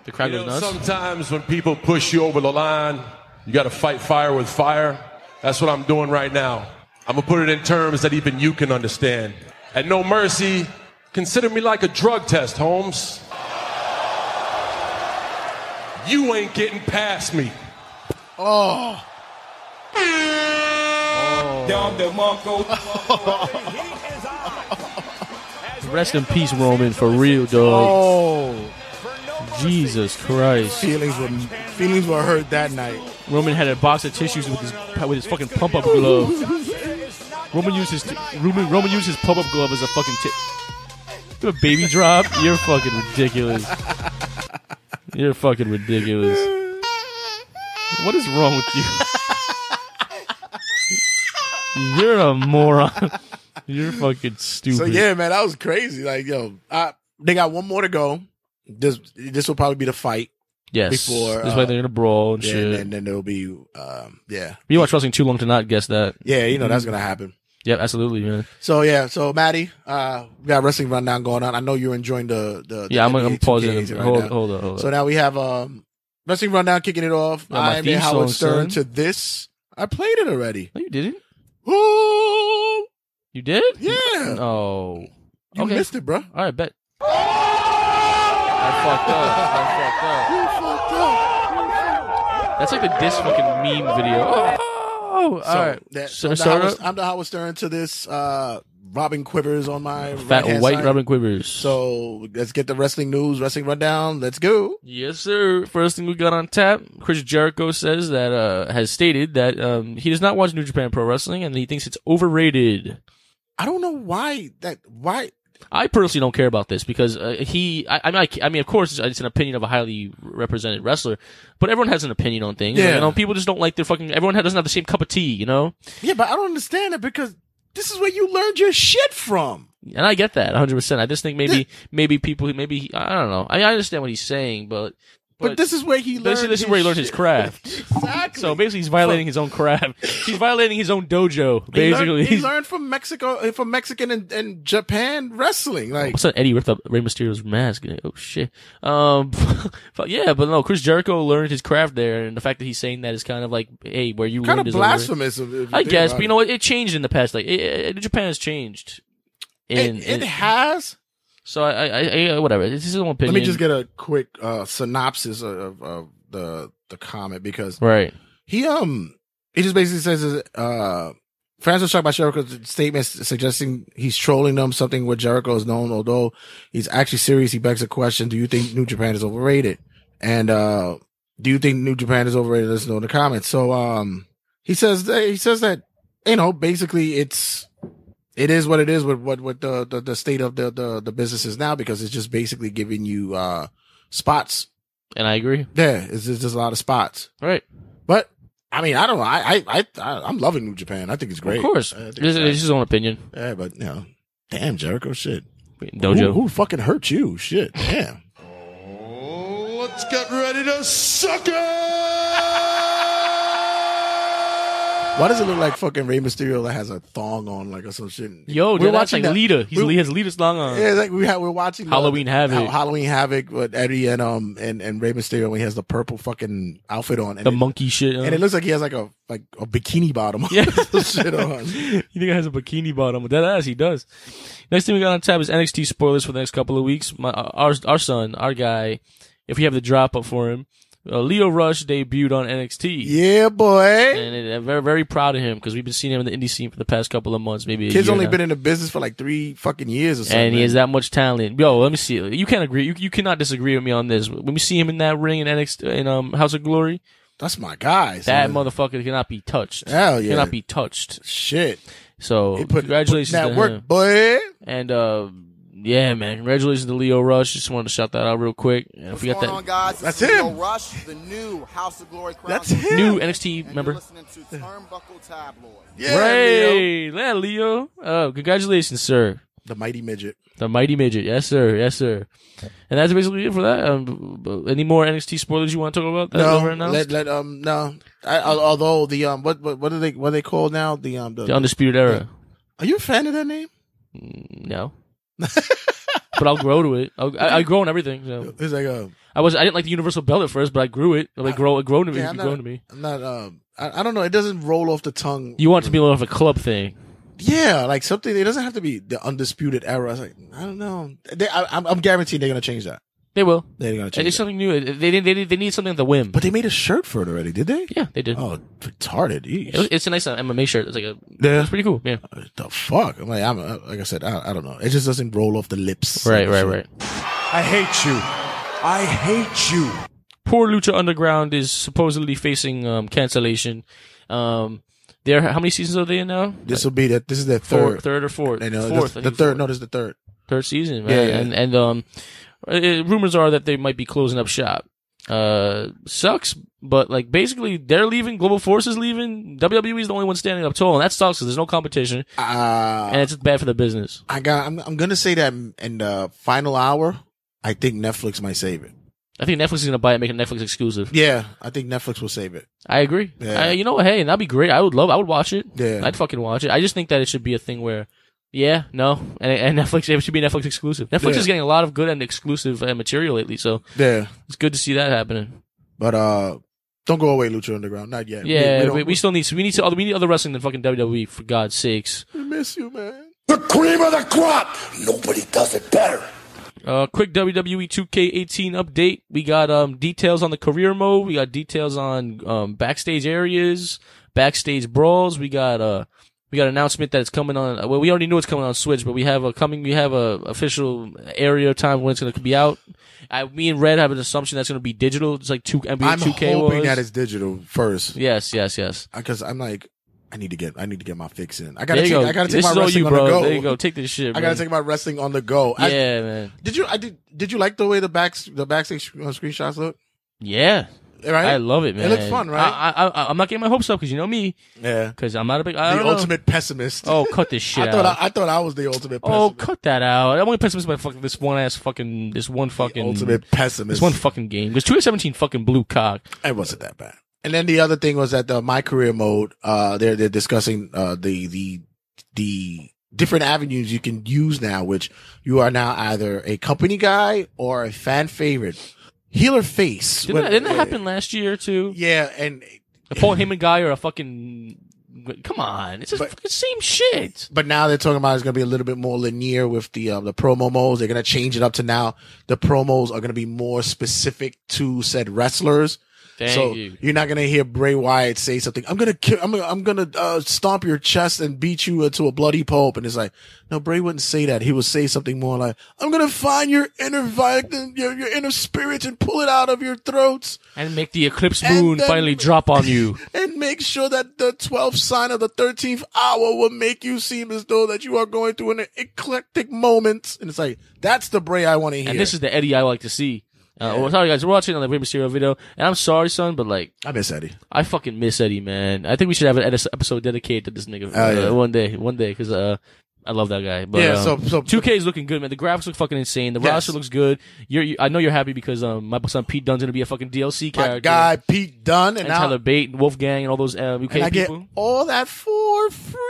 The crowd You know, goes nuts. Sometimes when people push you over the line, you got to fight fire with fire. That's what I'm doing right now. I'm gonna put it in terms that even you can understand. At No Mercy, consider me like a drug test, Holmes. You ain't getting past me. oh. Dom DeMarco. Rest in peace, Roman. For real, dog. Oh. Jesus Christ. Feelings were feelings were hurt that night. Roman had a box of tissues with his with his fucking pump up glove. Roman used his t- Roman, Roman used his pump up glove as a fucking tip. Do a baby drop? You're fucking ridiculous. You're fucking ridiculous. What is wrong with you? You're a moron. You're fucking stupid. So yeah, man, that was crazy. Like yo, I, they got one more to go. This this will probably be the fight. Yes. Before That's why they're gonna brawl and yeah, shit. Mm-hmm. And then, then there'll be um yeah you watch wrestling too long to not guess that. yeah you know that's gonna happen. Yep, absolutely, man. So yeah, so Maddie, uh, we got wrestling rundown going on. I know you're enjoying the the, the Yeah, I'm gonna- NBA I'm pausing 2Ks it. right Hold- now. hold on, hold on. So now we have um wrestling rundown kicking it off. Not my I'm theme Howard song, Stern son. to this. I played it already. No, you didn't. Ooh, You did? yeah, Oh. you okay. missed it, bro. All right, bet. I fucked up. I fucked up. That's like the diss fucking meme video. Oh, So, all right. that- So, I'm, the start Howard, up. I'm the Howard Stern to this. Uh, Robin Quivers on my Fat right-hand white side. Robin Quivers. So let's get the wrestling news, wrestling rundown. Let's go. Yes, sir. First thing we got on tap, Chris Jericho says that uh, has stated that um, he does not watch New Japan Pro Wrestling and he thinks it's overrated. I don't know why that why I personally don't care about this because uh, he. I, I mean, I, ca- I mean, of course, it's, it's an opinion of a highly represented wrestler, but everyone has an opinion on things. Yeah. you know, people just don't like their fucking. Everyone ha- doesn't have the same cup of tea, you know. yeah, but I don't understand it because this is where you learned your shit from. And I get that 100. percent I just think maybe, maybe people, maybe he, I don't know. I, I understand what he's saying, but But, this is where he learned. this, this is where he learned his shit. craft. Exactly. So basically, he's violating his own craft. He's violating his own dojo. He learned- Basically, he He's- learned from Mexico, uh, from Mexican and, and Japan wrestling. Like What's that? Eddie ripped up Rey Mysterio's mask. Oh shit. Um, but yeah, but no, Chris Jericho learned his craft there, and the fact that he's saying that is kind of like, hey, where you kind learned of is over. blasphemous. if- if you I think guess, about but you it. know what? It changed in the past. Like, it, it- Japan has changed. And, it, it and- has. so I, I, I, whatever. This is his own opinion. Let me just get a quick uh, synopsis of, of, of the the comment because right. he um he just basically says uh fans are shocked by Jericho's statements suggesting he's trolling them, something where Jericho is known, although he's actually serious, he begs the question, Do you think New Japan is overrated? And uh do you think New Japan is overrated? Let us know in the comments. So um he says that he says that, you know, basically it's it is what it is with what with the, the, the state of the, the the business is now because it's just basically giving you uh spots. And I agree. Yeah, it's just, just a lot of spots. All right. But I mean, I don't know. I I I I'm loving New Japan. I think it's great. Of course. I think This is it's his own opinion. great. yeah, but you know, damn Jericho shit. Dojo. Who, who fucking hurt you? Shit, damn. Let's get ready to suck it! Why does it look like fucking Rey Mysterio that has a thong on, like or some shit? Yo, dude, that's like Lita. He's- he has Lita's thong on. Yeah, like we ha- we're watching the- Halloween Havoc. Ha- Halloween Havoc with Eddie and um and and Rey Mysterio when he has the purple fucking outfit on, and the it- monkey shit. and it looks like he has like a like a bikini bottom. Yeah. shit on. You think it has a bikini bottom? That ass, he does. Next thing we got on tap is NXT spoilers for the next couple of weeks. My our our son, our guy, if we have the drop up for him, uh, Leo Rush debuted on NXT. Yeah, boy. And it, I'm very very proud of him because we've been seeing him in the indie scene for the past couple of months, maybe. A Kid's year only now. been in the business for like three fucking years or something. And he has that much talent. Yo, let me see. You can't agree. You, you cannot disagree with me on this. When we see him in that ring in NXT in um House of Glory, that's my guy. That son. motherfucker cannot be touched. Hell yeah. cannot be touched. Shit. So congratulations put in to that work, him. boy. And uh, yeah, man, congratulations to Leo Rush. Just wanted to shout that out real quick. And if we got What's that going on, guys? This That's is Leo him. Rush, the new House of Glory Crown. That's him. New NXT and member. You're listening to Turnbuckle Tabloid. Ray, yeah, Leo. Oh, congratulations, sir. The mighty midget. The mighty midget. Yes, sir. Yes, sir. And that's basically it for that. Um, b- b- any more NXT spoilers you want to talk about? That No, were announced? let, let, um, no. I, al- although the um, what what what are they what are they called now? The um, the Undisputed Era. Are you a fan of that name? No. but I'll grow to it. I'll, I, I grow on everything. So. It's like um, a. I was I didn't like the universal belt at first, but I grew it. Like grow, it grew to me. Yeah, it I'm grew not, to me. I'm not. Um, I, I don't know. It doesn't roll off the tongue. You want it to be more of a club thing. Yeah, like something. It doesn't have to be the undisputed era. I was like, I don't know. They, I, I'm, I'm guaranteed they're gonna change that. They will. They're gonna change. It's something new. They, they, they, they need something at the whim. But they made a shirt for it already, did they? Yeah, they did. Oh, retarded. Eesh. It was- it's a nice uh, MMA shirt. It's like a Yeah. it's pretty cool. Yeah. the fuck? I'm like, I'm, uh, like I said, I, I don't know. It just doesn't roll off the lips. Right, right, right. I hate you. I hate you. Poor Lucha Underground is supposedly facing um, cancellation. Um, there, how many seasons are they in now? This will be that. This is their Four- third, third or fourth? I know, Fourth, this- I the think third. No, this is the third. third season, man. Yeah, yeah. And and um, uh, rumors are that they might be closing up shop. Uh, sucks, but like basically they're leaving. Global Force is leaving. WWE is the only one standing up tall, and that sucks because there's no competition, uh, and it's just bad for the business. I got. I'm, I'm gonna say that in the final hour. I think Netflix might save it. I think Netflix is gonna buy it, make it Netflix exclusive. Yeah, I think Netflix will save it. I agree. Yeah. I- you know, what? hey, that'd be great. I would love. I would watch it. Yeah. I'd fucking watch it. I just think that it should be a thing where, yeah, no, and, and Netflix it should be Netflix exclusive. Netflix Yeah. is getting a lot of good and exclusive uh, material lately, so Yeah, it's good to see that happening. but uh, don't go away, Lucha Underground. Not yet. Yeah, we, don't- we, still need we need to we need other wrestling than fucking WWE for God's sakes. we miss you, man. The cream of the crop. Nobody does it better. Uh, quick WWE 2K18 update. We got um details on the career mode. We got details on um backstage areas, backstage brawls. We got uh we got an announcement that it's coming on. Well, we already knew it's coming on Switch, but we have a coming. We have a official area time when it's gonna be out. I, me and Red have an assumption that's gonna be digital. It's like two NBA I'm 2K hoping was. that it's digital first yes, yes, yes. because I'm like, I need to get, I need to get my fix in. I gotta, There take, you go. I gotta take This my is all wrestling you, on the bro. go. There you go. Take this shit, I gotta man. take my wrestling on the go. I- yeah, man. Did you? I did. Did you like the way the back the backstage uh, screenshots look? Yeah. Right? I love it, It man. looks fun, right? I, I, I, I'm not getting my hopes up because you know me. Yeah. Because I'm not a big. I the don't know. ultimate pessimist. Oh, cut this shit I thought out. I, I thought I was the ultimate. Oh, pessimist. cut that out. I'm only pessimist about fucking this one ass fucking this one fucking ultimate pessimist. This one fucking game. Because 2K17 fucking blue cock. It wasn't that bad. And then the other thing was that the my career mode, uh, they're they're discussing uh the the the different avenues you can use now, which you are now either a company guy or a fan favorite. Healer face. Didn't, When- that, didn't that happen last year too? Yeah, and a Paul Heyman guy or a fucking. Come on, it's the fucking same shit. But now they're talking about it's going to be a little bit more linear with the um, the promo modes. They're going to change it up to now. The promos are going to be more specific to said wrestlers. Thank so you. are not going to hear Bray Wyatt say something. I'm going to kill. I'm gonna, I'm going to uh, stomp your chest and beat you into a bloody pulp. And it's like, no, Bray wouldn't say that. He would say something more like, "I'm going to find your inner vi- your, your inner spirit and pull it out of your throats." And make the eclipse And moon then- finally drop on you. and make sure that the 12th sign of the 13th hour will make you seem as though that you are going through an eclectic moment. And it's like, that's the Bray I want to hear. And this is the Eddie I like to see. Uh, well, sorry guys, we're watching on the Rey Mysterio video, and I'm sorry, son, but like I miss Eddie. I fucking miss Eddie, man. I think we should have an edis- episode dedicated to this nigga Oh, uh, yeah. one day, one day, because uh, I love that guy. But, Yeah, yeah. so- so- 2K is looking good, man. The graphics look fucking insane. The Yes. roster looks good. You're, you, I know you're happy because um, my son Pete Dunne's gonna be a fucking DLC My character. guy Pete Dunn, and, and now Tyler Bate, and Wolfgang, and all those uh, UK and I get people. all that for free.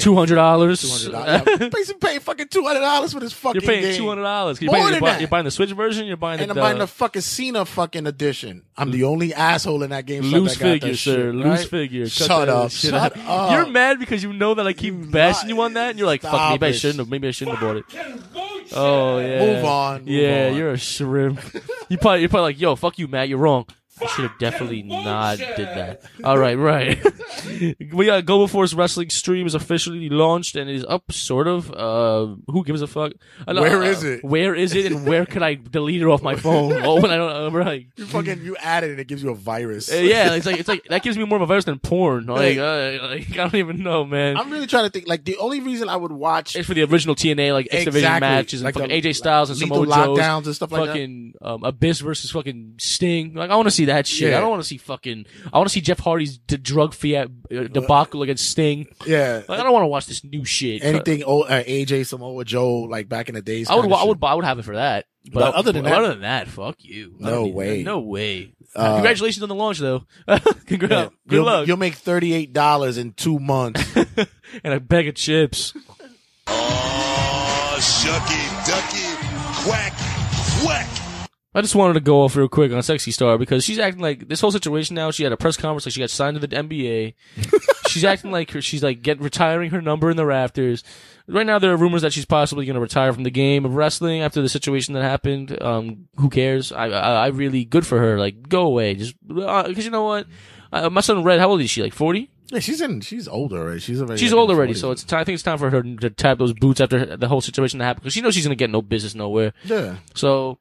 Two hundred dollars. $200. Yeah, pay some pay fucking two hundred dollars for this fucking. You're paying game. two hundred dollars. uh, You're, More buying- than you're, buying- that. you're buying the Switch version. You're buying and the, I'm buying the fucking Cena fucking edition. I'm the only asshole in that game. loose that got that figure, sir. shit, Loose right? figure. Cut Shut that up. shit Shut out. up. You're mad because you know that I keep bashing you on that, and you're like, "Fuck, Stop maybe I it. shouldn't have. Maybe I shouldn't have bought it." Oh yeah. Move on, move yeah, on. you're a shrimp. you probably you're probably like, "Yo, fuck you, Matt. You're wrong." I should have definitely not did that. All right, right. we got Global Force Wrestling stream is officially launched and is up, sort of. Uh, who gives a fuck? Uh, no, Where uh, is it? Where is it? And where could I delete it off my phone? Oh, when I don't. Uh, right. You fucking you add it and it gives you a virus. Uh, yeah, it's like it's like that gives me more of a virus than porn. Like, Hey. uh, like I don't even know, man. I'm really trying to think. Like the only reason I would watch it's for the original TNA like X Division Exactly. matches and Like fucking the AJ Styles and lethal Samoa Joe's lockdowns and stuff like that. fucking, um, Abyss versus fucking Sting. Like I want to see that shit. Yeah. I don't want to see fucking. I want to see Jeff Hardy's d- drug fiat uh, debacle against Sting. Yeah. like, I don't want to watch this new shit. anything old uh, AJ Samoa Joe like back in the days. I would, kinda I would, I would have it for that. But, But other than that- other than that, fuck you. I No don't need- way. no way. Uh, Congratulations on the launch, though. Congrats. shit. Good you'll, luck. You'll make thirty eight dollars in two months. and a bag of chips. Oh, shucky, ducky, quack, quack. I just wanted to go off real quick on Sexy Star because she's acting like this whole situation now. She had a press conference, like she got signed to the NBA. she's acting like her, she's like get retiring her number in the rafters. Right now, there are rumors that she's possibly going to retire from the game of wrestling after the situation that happened. Um, who cares? I, I, I really good for her. Like, go away, just because you know what? Uh, my son Red, how old is she? Like forty? yeah, she's in. She's older already. She's already. She's old already, so it's time, Oh, I think it's time for her to tap those boots after the whole situation that happened because she knows she's going to get no business nowhere. yeah. So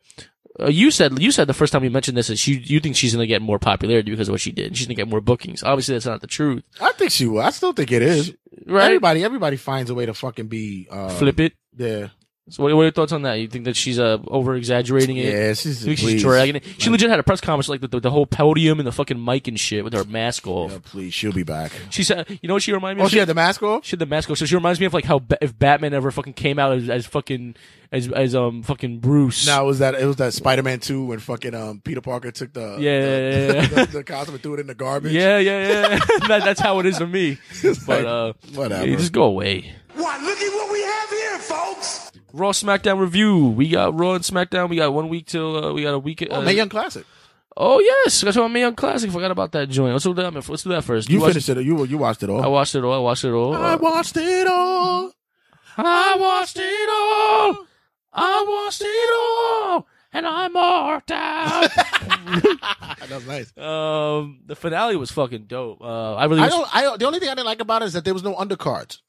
uh, you said you said the first time you mentioned this is you you think she's gonna get more popularity because of what she did. She's gonna get more bookings. Obviously, that's not the truth. I think she will. I still think it is. Right? Everybody, everybody finds a way to fucking be uh, Flip it. Yeah. So what, what are your thoughts on that? You think that she's uh, over exaggerating it? Yeah, she's- You think she's please. dragging it. She legit had a press conference like with the, the whole podium and the fucking mic and shit with her mask off. please, she'll be back. She said, "You know what she reminded me Oh, of? she had the mask off. She had the mask off. So she reminds me of like how ba- if Batman ever fucking came out as, as fucking as as um fucking Bruce. No, it was that it was that Spider Man two when fucking um Peter Parker took Yeah, the the, yeah, yeah, yeah. the, the costume and threw it in the garbage. Yeah, yeah, yeah. that, that's how it is to me. But like, uh, whatever. yeah, just go away. Why, look at what we have here, folks. Raw SmackDown review. We got Raw and SmackDown. We got one week till uh, we got a week. Uh, Oh, Mae Young Classic. Oh yes, that's what Mae Young Classic. Forgot about that joint. Let's do that. Let's do that first. You watched- finished it. You you watched it all. I watched it all. I watched it all. I Uh, watched it all. I watched it all. I watched it all, and I'm marked out. That was nice. um, the finale was fucking dope. Uh, I really. I was- don't. I don't- the only thing I didn't like about it is that there was no undercards.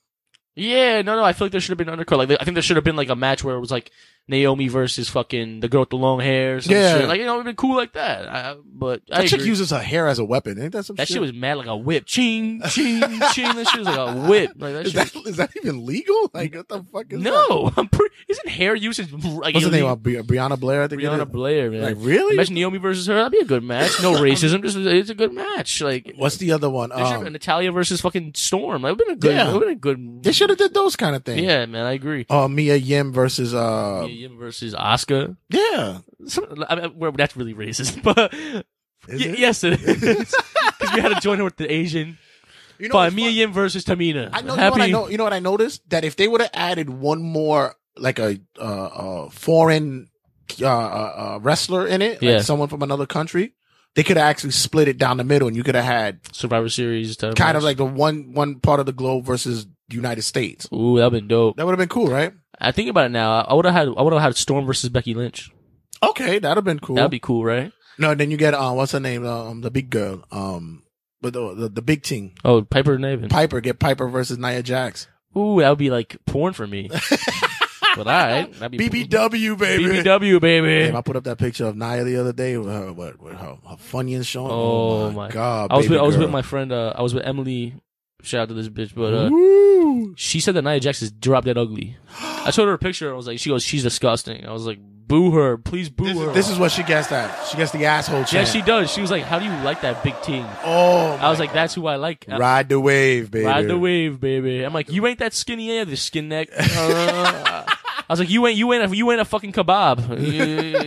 Yeah, no, no. I feel like there should have been an undercard. Like, I think there should have been like a match where it was like Naomi versus fucking the girl with the long hair. Or some Yeah. shit. like you know, it'd been cool like that. I, but That I chick agree. uses her hair as a weapon. Ain't that some That shit? shit was mad like a whip. Ching, ching, ching. That shit was like a whip. Like that Is shit. that, is that even legal? Like what the fuck is that? no, I'm pretty. Isn't hair usage like What's the name? illegal? Uh, Bre- Breonna Blair. I think it Brianna is. Blair, man. Like, really? Imagine Naomi versus her. That'd be a good match. No racism. Just it's a good match. Like What's the other one? there should have been Um, Natalia versus fucking Storm. That would have been a good. Yeah. That would have been they a good. should have did those kind of things. Yeah, man, I agree. Uh, Mia Yim versus uh. Mia Yim versus Oscar. Yeah. Some, I mean, well, that's really racist, but Is Ye- it? yes, it is. Because we had to join her with the Asian. You You know know, Fine, what's Mia Yim versus Tamina. I know, you know Happy. what I know. You know what I noticed that if they would have added one more, like a uh, uh, foreign uh, uh, uh, wrestler in it, Yeah. like someone from another country, they could have actually split it down the middle, and you could have had Survivor Series. Title kind of match. like the one one part of the globe versus United States. Ooh, that'd been dope. That would have been cool, right? I think about it now. I would have had. I would have had Storm versus Becky Lynch. Okay, that'd have been cool. That'd be cool, right? no, then you get uh, what's her name? Um, the big girl. Um, but the the, the big team. Oh, Piper Niven. Piper get Piper versus Nia Jax. Ooh, that would be like porn for me. but all right, that'd be BBW baby. BBW baby. Damn, I put up that picture of Nia the other day with her, with with her, her funyuns showing. Oh, my god! I was baby with, I was girl. with my friend. Uh, I was with Emily. Shout out to this bitch, but uh, Woo! she said that Nia Jax is drop dead ugly. I showed her a picture. I was like, she goes, she's disgusting. I was like, Boo her. Please boo This her. is, this is what she gets at. She gets the asshole Yeah, chant. she does. She was like, "How do you like that big team?" Oh, I was like, "That's who I like." I- Ride the wave, baby. Ride the wave, baby. I'm like, you ain't that skinny either, skin neck. Uh, I was like, you ain't, you ain't, a, you ain't a fucking kebab.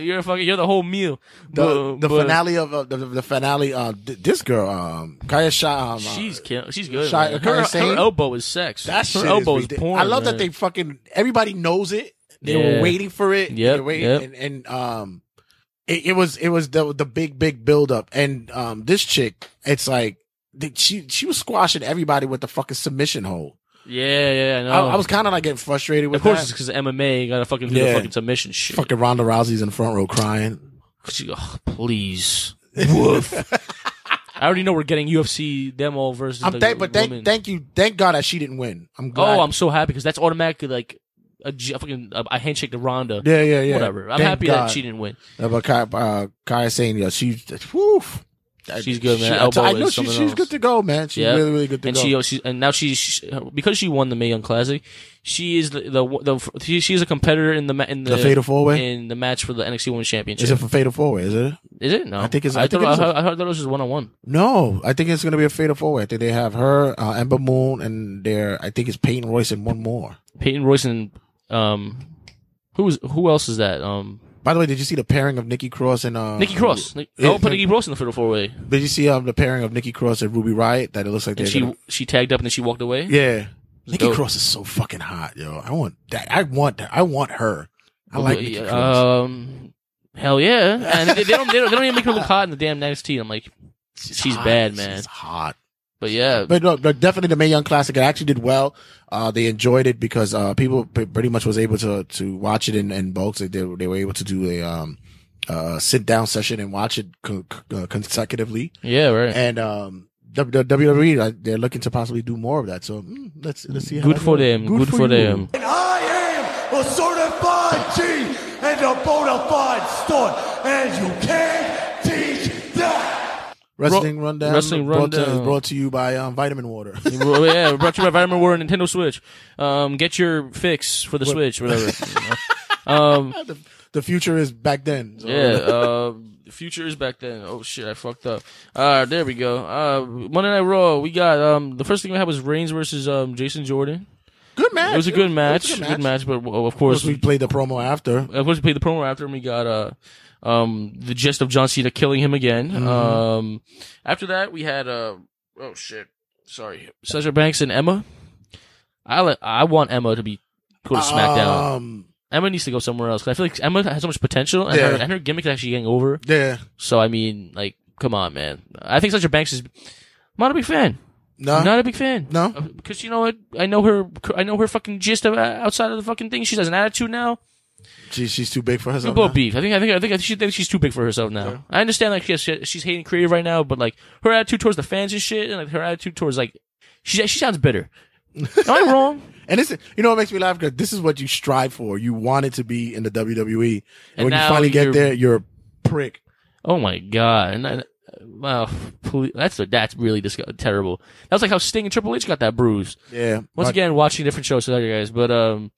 You- You're a fucking, you're the whole meal. The, But- the but- finale of uh, the, the finale. Uh, th- this girl, um, Kaya Shah. Um, uh, She's kill- she's good. Shy- man. her her, her saying- elbow is sex. that her shit elbow is, is, ridiculous. porn. I love man. that they fucking everybody knows it. They were Yeah. waiting for it. Yep, They were waiting- yep. and, and um, it, it was it was the the big big build up. And um, this chick, it's like the, she she was squashing everybody with the fucking submission hold. Yeah, yeah, I know. I, I was kind of like getting frustrated with Oh. of course, that. it's because MMA. You gotta fucking do the Yeah. fucking submission shit. fucking Ronda Rousey's in the front row crying. She- oh, please, woof. I already know we're getting UFC demo versus. I'm the thank, but woman. thank, thank you, thank God that she didn't win. I'm glad. Oh, I'm so happy because that's automatically like a, G- a fucking a, a handshake to Ronda. yeah, yeah, yeah. Whatever. I'm Thank happy God. that she didn't win. Yeah, but Kai, uh, Kai saying, yo, she, woo, That- She's good, man. she- I Elbow t- I know is she- something she's else. good to go, man. She's Yeah. really, really good to and go. She, oh, she, and now she's she, because she won the Mae Young Classic. She is the the, the she, she's a competitor in the ma- in the, The fatal four-way? in the match for the NXT Women's Championship. is it for Fatal Four Way? Is it? Is it? No, I think it's- I I, think thought, it is I, a- heard- I heard that it was just one on one. No, I think it's gonna be a Fatal Four Way. I think they have her, uh, Ember Moon, and their, I think it's Peyton Royce and one more. Peyton Royce and um, who's who else is that? Um, By the way, did you see the pairing of Nikki Cross and uh, Nikki Cross. Ni- Yeah, oh, put Nikki Cross in the fatal four way, Did you see um the pairing of Nikki Cross and Ruby Riot? That it looks like they're and she gonna- she tagged up and then she walked away. Yeah. It's Nikki dope. Cross is so fucking hot, yo. I want that. I want that. I want her. I like Nikki Yeah, Cross. Um, hell yeah! And they, they don't, they don't they don't even make her look hot in the damn NXT. I'm like, she's, hot. bad, man. She's hot. But yeah, But no, but definitely the Mae Young Classic. It actually did well. Uh, they enjoyed it because, uh, people p- pretty much was able to, to watch it in, in bulk. They, they, they were able to do a, um, uh, sit down session and watch it co- co- uh, consecutively. Yeah, right. And, um, W- the WWE, like, they're looking to possibly do more of that. So mm, let's, let's see. how Good that for goes. them. Good for you. them. And I am a certified G and a bona fide stud, and you can't teach that. Wrestling Ro- Rundown. Wrestling brought to- Rundown. brought to you by, um, Vitamin Water. Well, yeah, brought to you by Vitamin War and Nintendo Switch. Um, get your fix for the What- Switch, whatever. um, the, the future is back then. So- yeah, uh, the future is back then. Oh shit, I fucked up. Uh, there we go. Uh, Monday Night Raw. We got um the first thing we had was Reigns versus um Jason Jordan. Good match. It was a good match. It was a good match, but well, of course we played the promo after. of course, we played the promo after, and we got uh, um, the gist of John Cena killing him again. Mhm. Um, after that, we had uh, oh shit, sorry, Sasha Banks and Emma. I let, I want Emma to be go to SmackDown. Um, Emma needs to go somewhere else. 'cause I feel like Emma has so much potential, and, her, Yeah. and her gimmick is actually getting over. Yeah. So I mean, like, come on, man. I think Sasha Banks is. I'm not a big fan. No. I'm not a big fan. No. because you know what? I know her. I know her fucking gist of, uh, outside of the fucking thing. She has an attitude now. She, she's too big for They're herself. both now. beef. I think. I think. I think. I think she thinks she's too big for herself now. I understand. Like, yes, she- she's hating creative right now, but like her attitude towards the fans and shit, and like her attitude towards like she she sounds bitter. Am I wrong? And this, you know, what makes me laugh because this is what you strive for. You want it to be in the WWE, and, And when you now finally get you're- there, you're a prick. Oh my god! And I, wow, ple- that's that's really dis- terrible. That was like how Sting and Triple H got that bruise. Yeah. Once But- again, watching different shows. Sorry, guys, but um,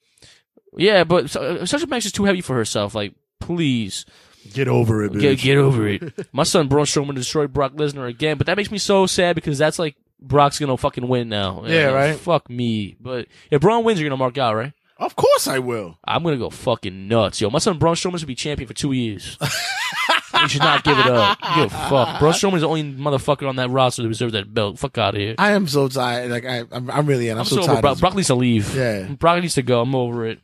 yeah, but so- uh, Sasha Banks is too heavy for herself. Like, please. Get over it, Get, bitch. get over it. My son Braun Strowman destroyed Brock Lesnar again, but that makes me so sad because that's like Brock's gonna fucking win now. Yeah, And right. Fuck me. But if Braun wins, you're gonna mark out, right? Of course I will. I'm gonna go fucking nuts, yo. My son Braun Strowman should be champion for two years. he should not give it up. Give a fuck. Braun Strowman's the only motherfucker on that roster that deserves that belt. Fuck out of here. I am so tired. Like I, I'm, I'm really, and I'm, I'm so so tired. over of Brock. this. Brock needs to leave. Yeah. Brock needs to go. I'm over it.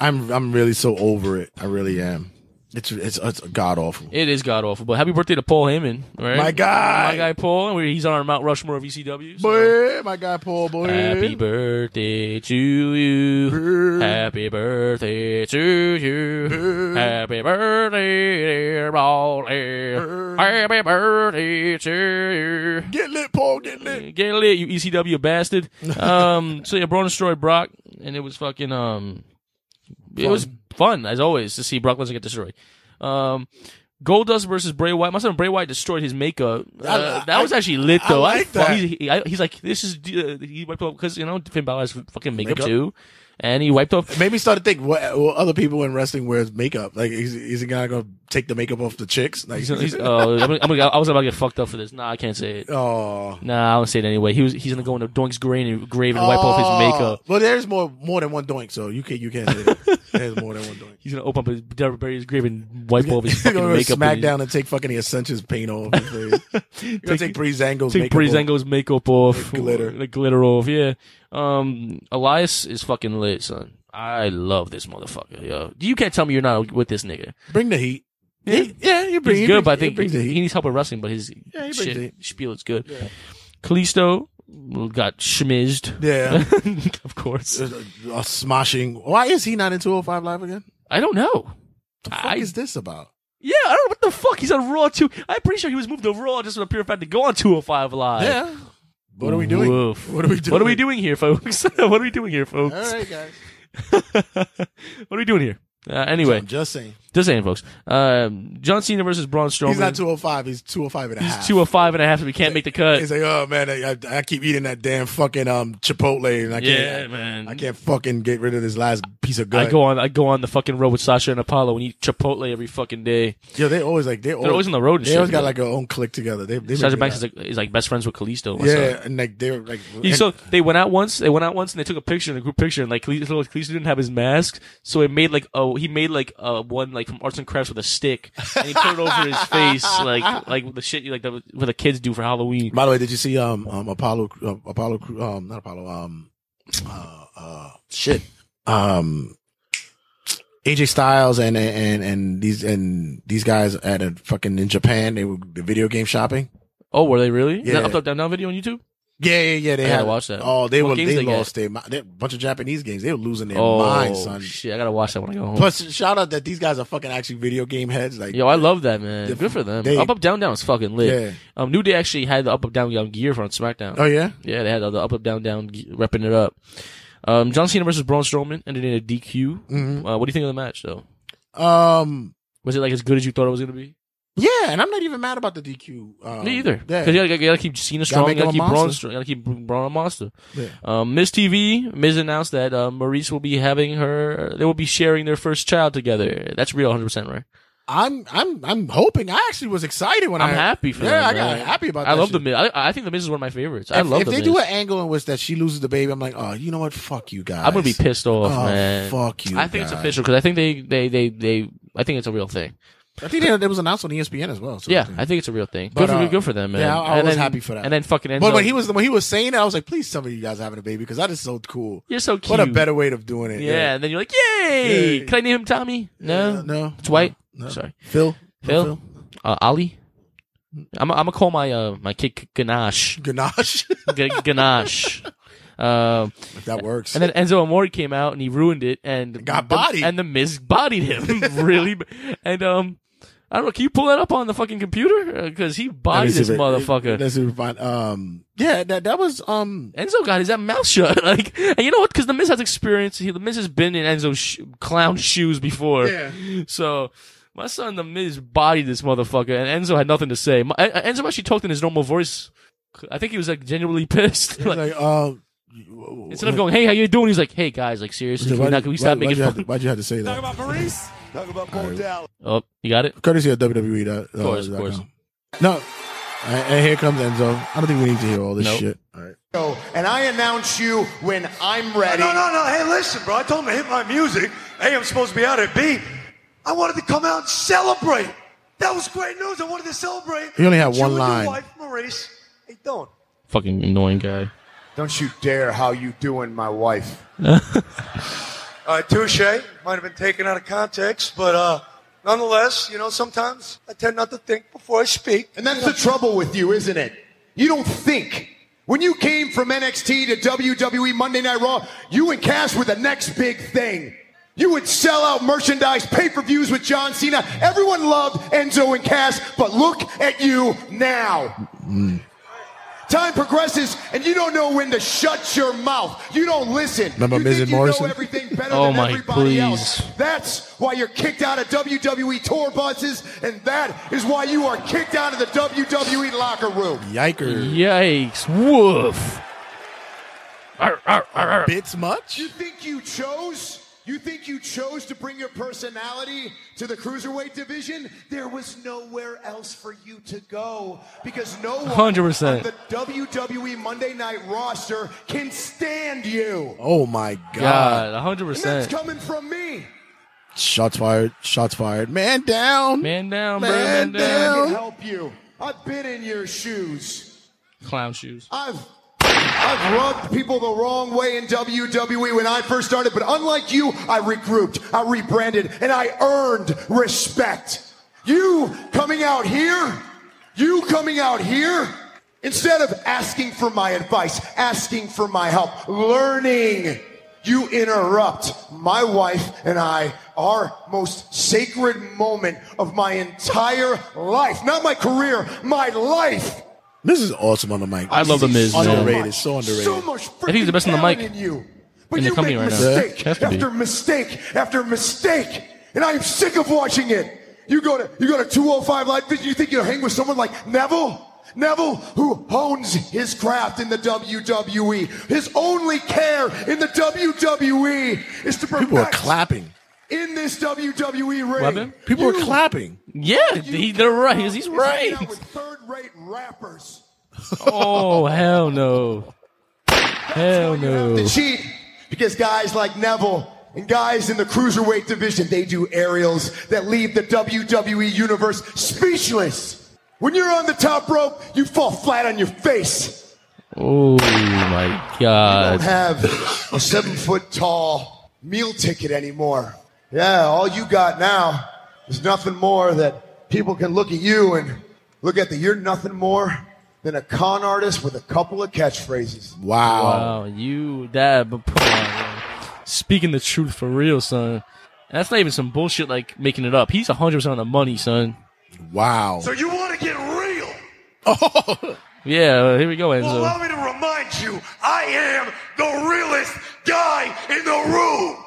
I'm, I'm really so over it. I really am. It's, it's, it's god awful. It is god awful. But happy birthday to Paul Heyman, right? My guy. My guy Paul. and we- He's on our Mount Rushmore of E ECW. so- Boy, my guy Paul, boy. Happy birthday to you. Happy birthday to you. Happy birthday, dear Molly. Happy birthday to you. Get lit, Paul. Get lit. Get lit, you ECW bastard. Um, so yeah, Braun destroyed Brock, and it was fucking um, it Fun. was fun as always to see Brock Lesnar get destroyed. Um. Goldust versus Bray Wyatt. My son Bray Wyatt destroyed his makeup. Uh, I- that was actually lit, I though. like fuck- that. He's, he, I, he's like, this is uh, he because you know Finn Balor has fucking makeup, Makeup. too. and he wiped off. Maybe started to think what will other people in wrestling wears makeup. Like, is, is he gonna go take the makeup off the chicks? Like, He's, he's, oh, I'm, gonna- I'm, gonna- I was about to get fucked up for this. Nah, I can't say it. Oh, nah, I won't say it anyway. He was he's gonna go into Doink's grave and grave and wipe Oh. off his makeup. But uh, there's more more than one doink, so you can you can't say that. there's more than one doink. He's gonna open up his Deborah Barry's grave and wipe off his He's fucking gonna go makeup. smack down and take fucking the Ascension's paint off. his face. He's gonna take Breezango's take makeup off. Breezango's makeup off, The glitter. the glitter off. Yeah, um, Elias is fucking lit, son. I love this motherfucker, yo. You can't tell me you're not with this nigga. Bring the heat. Yeah, yeah, you bring- he's he good, brings- but I he think brings the he needs help with wrestling. But his Yeah, he brings the shit, spiel is good. Kalisto got schmizzed. Yeah. Uh, of course. A, a smoshing. Why is he not in 205 Live again? I don't know. The fuck is this about? Yeah, I don't know what the fuck. He's on Raw too. I'm pretty sure he was moved to Raw just for the pure fact to go on 205 Live. Yeah. What are we doing? Woof. What are we doing? What are we doing here, folks? what are we doing here, folks? All right, guys. What are we doing here? Uh, anyway, I'm just saying. just saying, folks. Um, John Cena versus Braun Strowman. He's not 205. He's 205 and a half. He's two of five and a half, and we can't make the cut. He's like, oh man, I, I- I keep eating that damn fucking um Chipotle, and I Yeah, can't, man. I can't fucking get rid of this last piece of gut. I go on. I go on the fucking road with Sasha and Apollo and eat Chipotle every fucking day. Yo, they always like they're, They're always on the road and they shit, always got though. like their own clique together. They, they Sasha make Banks it is like, is like best friends with Kalisto. out. my son. yeah, and like they're like He, and- so they went out once. They went out once, and they took a picture in a group picture. And like Kalisto, Kalisto didn't have his mask, so it made like oh he made like uh one like from Arts and Crafts with a stick, and he put it over his face like like the shit you like the, what the kids do for Halloween. By the way, did you see um, um Apollo uh, Apollo Cru- um not Apollo um uh, uh shit um AJ Styles and and and these and these guys at a fucking in Japan they were the video game shopping. Oh, were they really? Is that Yeah. up, up, down, down video on YouTube? Yeah, yeah, yeah. They I had gotta watch that. Oh, they What were games they, they got? lost their mi- they- a bunch of Japanese games. They were losing their oh minds, son. shit! I gotta watch that when I go home. Plus, shout out that these guys are fucking actually video game heads. Like, Yo, I love that man. They- Good for them. they- up up down down is fucking lit. Yeah. Um, New Day actually had the up up down down gear for on SmackDown. Oh, yeah? yeah, they had the up up down down ge- repping it up. Um, John Cena versus Braun Strowman ended in a DQ. Mhm. Uh, what do you think of the match though? um, Was it like as good as you thought it was gonna be? yeah, and I'm not even mad about the DQ. Um, Me either. Yeah. Because you, gotta- you gotta keep Cena Gotta strong. make you gotta him a keep Braun monster. strong. You gotta keep Braun a monster. Yeah. Um, Miss TV, Miz announced that uh, Maurice will be having her. They will be sharing their first child together. That's real, 100 percent right. I'm I'm I'm hoping. I actually was excited when I'm I, happy for yeah, them, I got man. happy about. I that love shit. the Miz. I, I think the Miz is one of my favorites. I if, love if the they Miz. do an angle in which that she loses the baby, I'm like, oh, you know what? Fuck you guys. I'm gonna be pissed off, Oh, man. Fuck you. I think it's guys. official because I think they, they, they, they. I think it's a real thing. I think that it was announced on E ESPN as well. So yeah, I think it's a real thing. But, good, for, uh, good for them, man. Yeah, I, I And was then- happy for that. And then fucking Enzo. But when he was when he was saying that, I was like, please, some of you guys are having a baby because that is so cool. You're so What a cute. better way of doing it. yeah, and then you're like, yay! Yeah. Can I name him Tommy? No, Yeah, no. It's white. No. Sorry, Phil? No, Phil, Phil. Uh, Ali. I'm I'm gonna call my uh my kid Ganache. Ganache. G- Ganache. Um, that works. And then Enzo Amore came out and he ruined it and Got the- bodied. and the Miz bodied him really. b- And um, I don't know. Can you pull that up on the fucking computer? Because he bodied this motherfucker. That's Um, yeah, that that was um Enzo got his that mouth shut. Like, and you know what? Because the Miz has experience. He, the Miz has been in Enzo's sh- clown shoes before. Yeah. So my son, the Miz, bodied this motherfucker, and Enzo had nothing to say. My, En- Enzo actually talked in his normal voice. I think he was like genuinely pissed. like, Like, um. instead of going, "Hey, how you doing?" He's like, "Hey guys, like seriously, can we, not, can we stop why, making why'd you fun?" have to- Why'd you have to say that? Maurice, talk about Bo Dallas. Oh, you got it. Courtesy of E WWE. That, Of course, of course. uh, No, and, and here comes Enzo. I don't think we need to hear all this Nope. shit. All right. Yo, and I announce you when I'm ready. No, no, no. Hey, listen, bro. I told him to hit my music. Hey, I'm supposed to be out at B. I wanted to come out and celebrate. That was great news. I wanted to celebrate. He only had You one and your line. wife, Maurice. Hey, don't. Fucking annoying guy. Don't you dare how you doing, my wife. Uh, touche. Might have been taken out of context, but uh, nonetheless, you know, sometimes I tend not to think before I speak. And that's the trouble with you, isn't it? You don't think. When you came from NXT to WWE Monday Night Raw, you and Cash were the next big thing. You would sell out merchandise, pay per views with John Cena. Everyone loved Enzo and Cash, but look at you now. Time progresses, and you don't know when to shut your mouth. You don't listen. Remember you Miz think and you Morrison? know everything better Oh than my everybody please. else. That's why you're kicked out of WWE tour buses, and that is why you are kicked out of the WWE locker room. Yikers. Yikes! Woof. Bits much? You think you chose? You think you chose to bring your personality to the cruiserweight division? There was nowhere else for you to go because no one 100%. on the WWE Monday Night roster can stand you. Oh my God, god! hundred And that's percent. coming from me. Shots fired! Shots fired! Man down! Man down, bro. Man Man down. I down! can help you. I've been in your shoes. Clown shoes. I've I've rubbed people the wrong way in WWE when I first started, but unlike you, I regrouped, I rebranded, and I earned respect. You coming out here, you coming out here, instead of asking for my advice, asking for my help, learning, you interrupt my wife and I, our most sacred moment of my entire life, not my career, my life. This is awesome on the mic. I love The Miz, man. Underrated, so underrated. So much I think he's the best on the freaking mic. talent in you. But In the you company make right now. mistake Yeah, has to be. after mistake after mistake, and I am sick of watching it. You go to you go to 205 Live Vision. You think you'll hang with someone like Neville? Neville, who hones his craft in the WWE, his only care in the WWE is to perfect People are clapping. in this WWE ring. Weapon? People are clapping. Yeah, he, they're right. He's, he's right. Third-rate rappers. Oh hell no. Hell no. to cheat because guys like Neville and guys in the cruiserweight division, they do aerials that leave the WWE universe speechless. When you're on the top rope, you fall flat on your face. Oh my Don't god. have a seven foot tall meal ticket anymore. Yeah, all you got now is nothing more that people can look at you and look at that you're nothing more than a con artist with a couple of catchphrases. Wow, you that but come on, man. speaking the truth for real, son. And that's not even some bullshit like making it up. He's hundred percent on the money, son. Wow. So you want to get real? Yeah, uh, here we go, Well, allow Enzo. me to remind you, I am the realest guy in the room.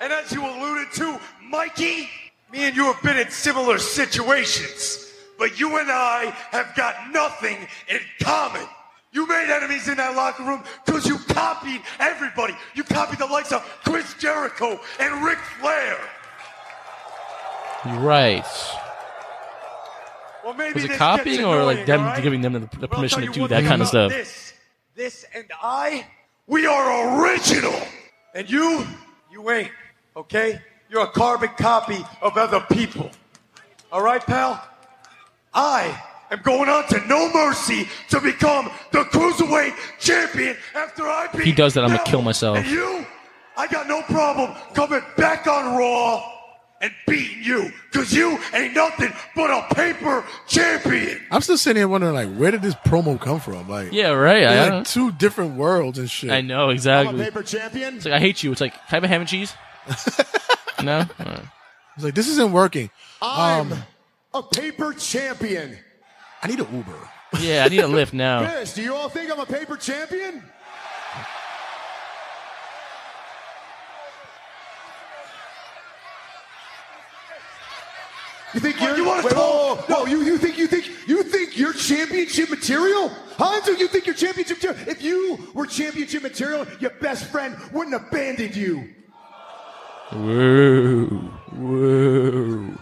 And as you alluded to, Mikey, me and you have been in similar situations, but you and I have got nothing in common. You made enemies in that locker room because you copied everybody. You copied the likes of Chris Jericho and Ric Flair. You're right. Well, maybe Was it this copying gets or like annoying, them all right? giving them the, the But I'll permission tell to you do one that thing kind of about stuff? This, this, and I, we are original. And you, you ain't. Okay, you're a carbon copy of other people. All right, pal. I am going on to No Mercy to become the cruiserweight champion after I beat. If he does that, I'm gonna Neville. kill myself. And you, I got no problem coming back on Raw and beating you, cause you ain't nothing but a paper champion. I'm still sitting here wondering, like, where did this promo come from? Like, Yeah, right. I, they're, I, like two different worlds and shit. I know exactly. Paper champion? It's like I hate you. It's like can I have a ham and cheese? no. All right. It's like this isn't working. Um, I'm a paper champion. I need an Uber. Yeah, I need a lift now. Yes, do you all think I'm a paper champion? You think you're, you wanna wait, talk- whoa, whoa, whoa, you, you think you think you think you're championship material? Hanzo, you think you're championship material? If you were championship material, your best friend wouldn't abandon you. Whoa, whoa.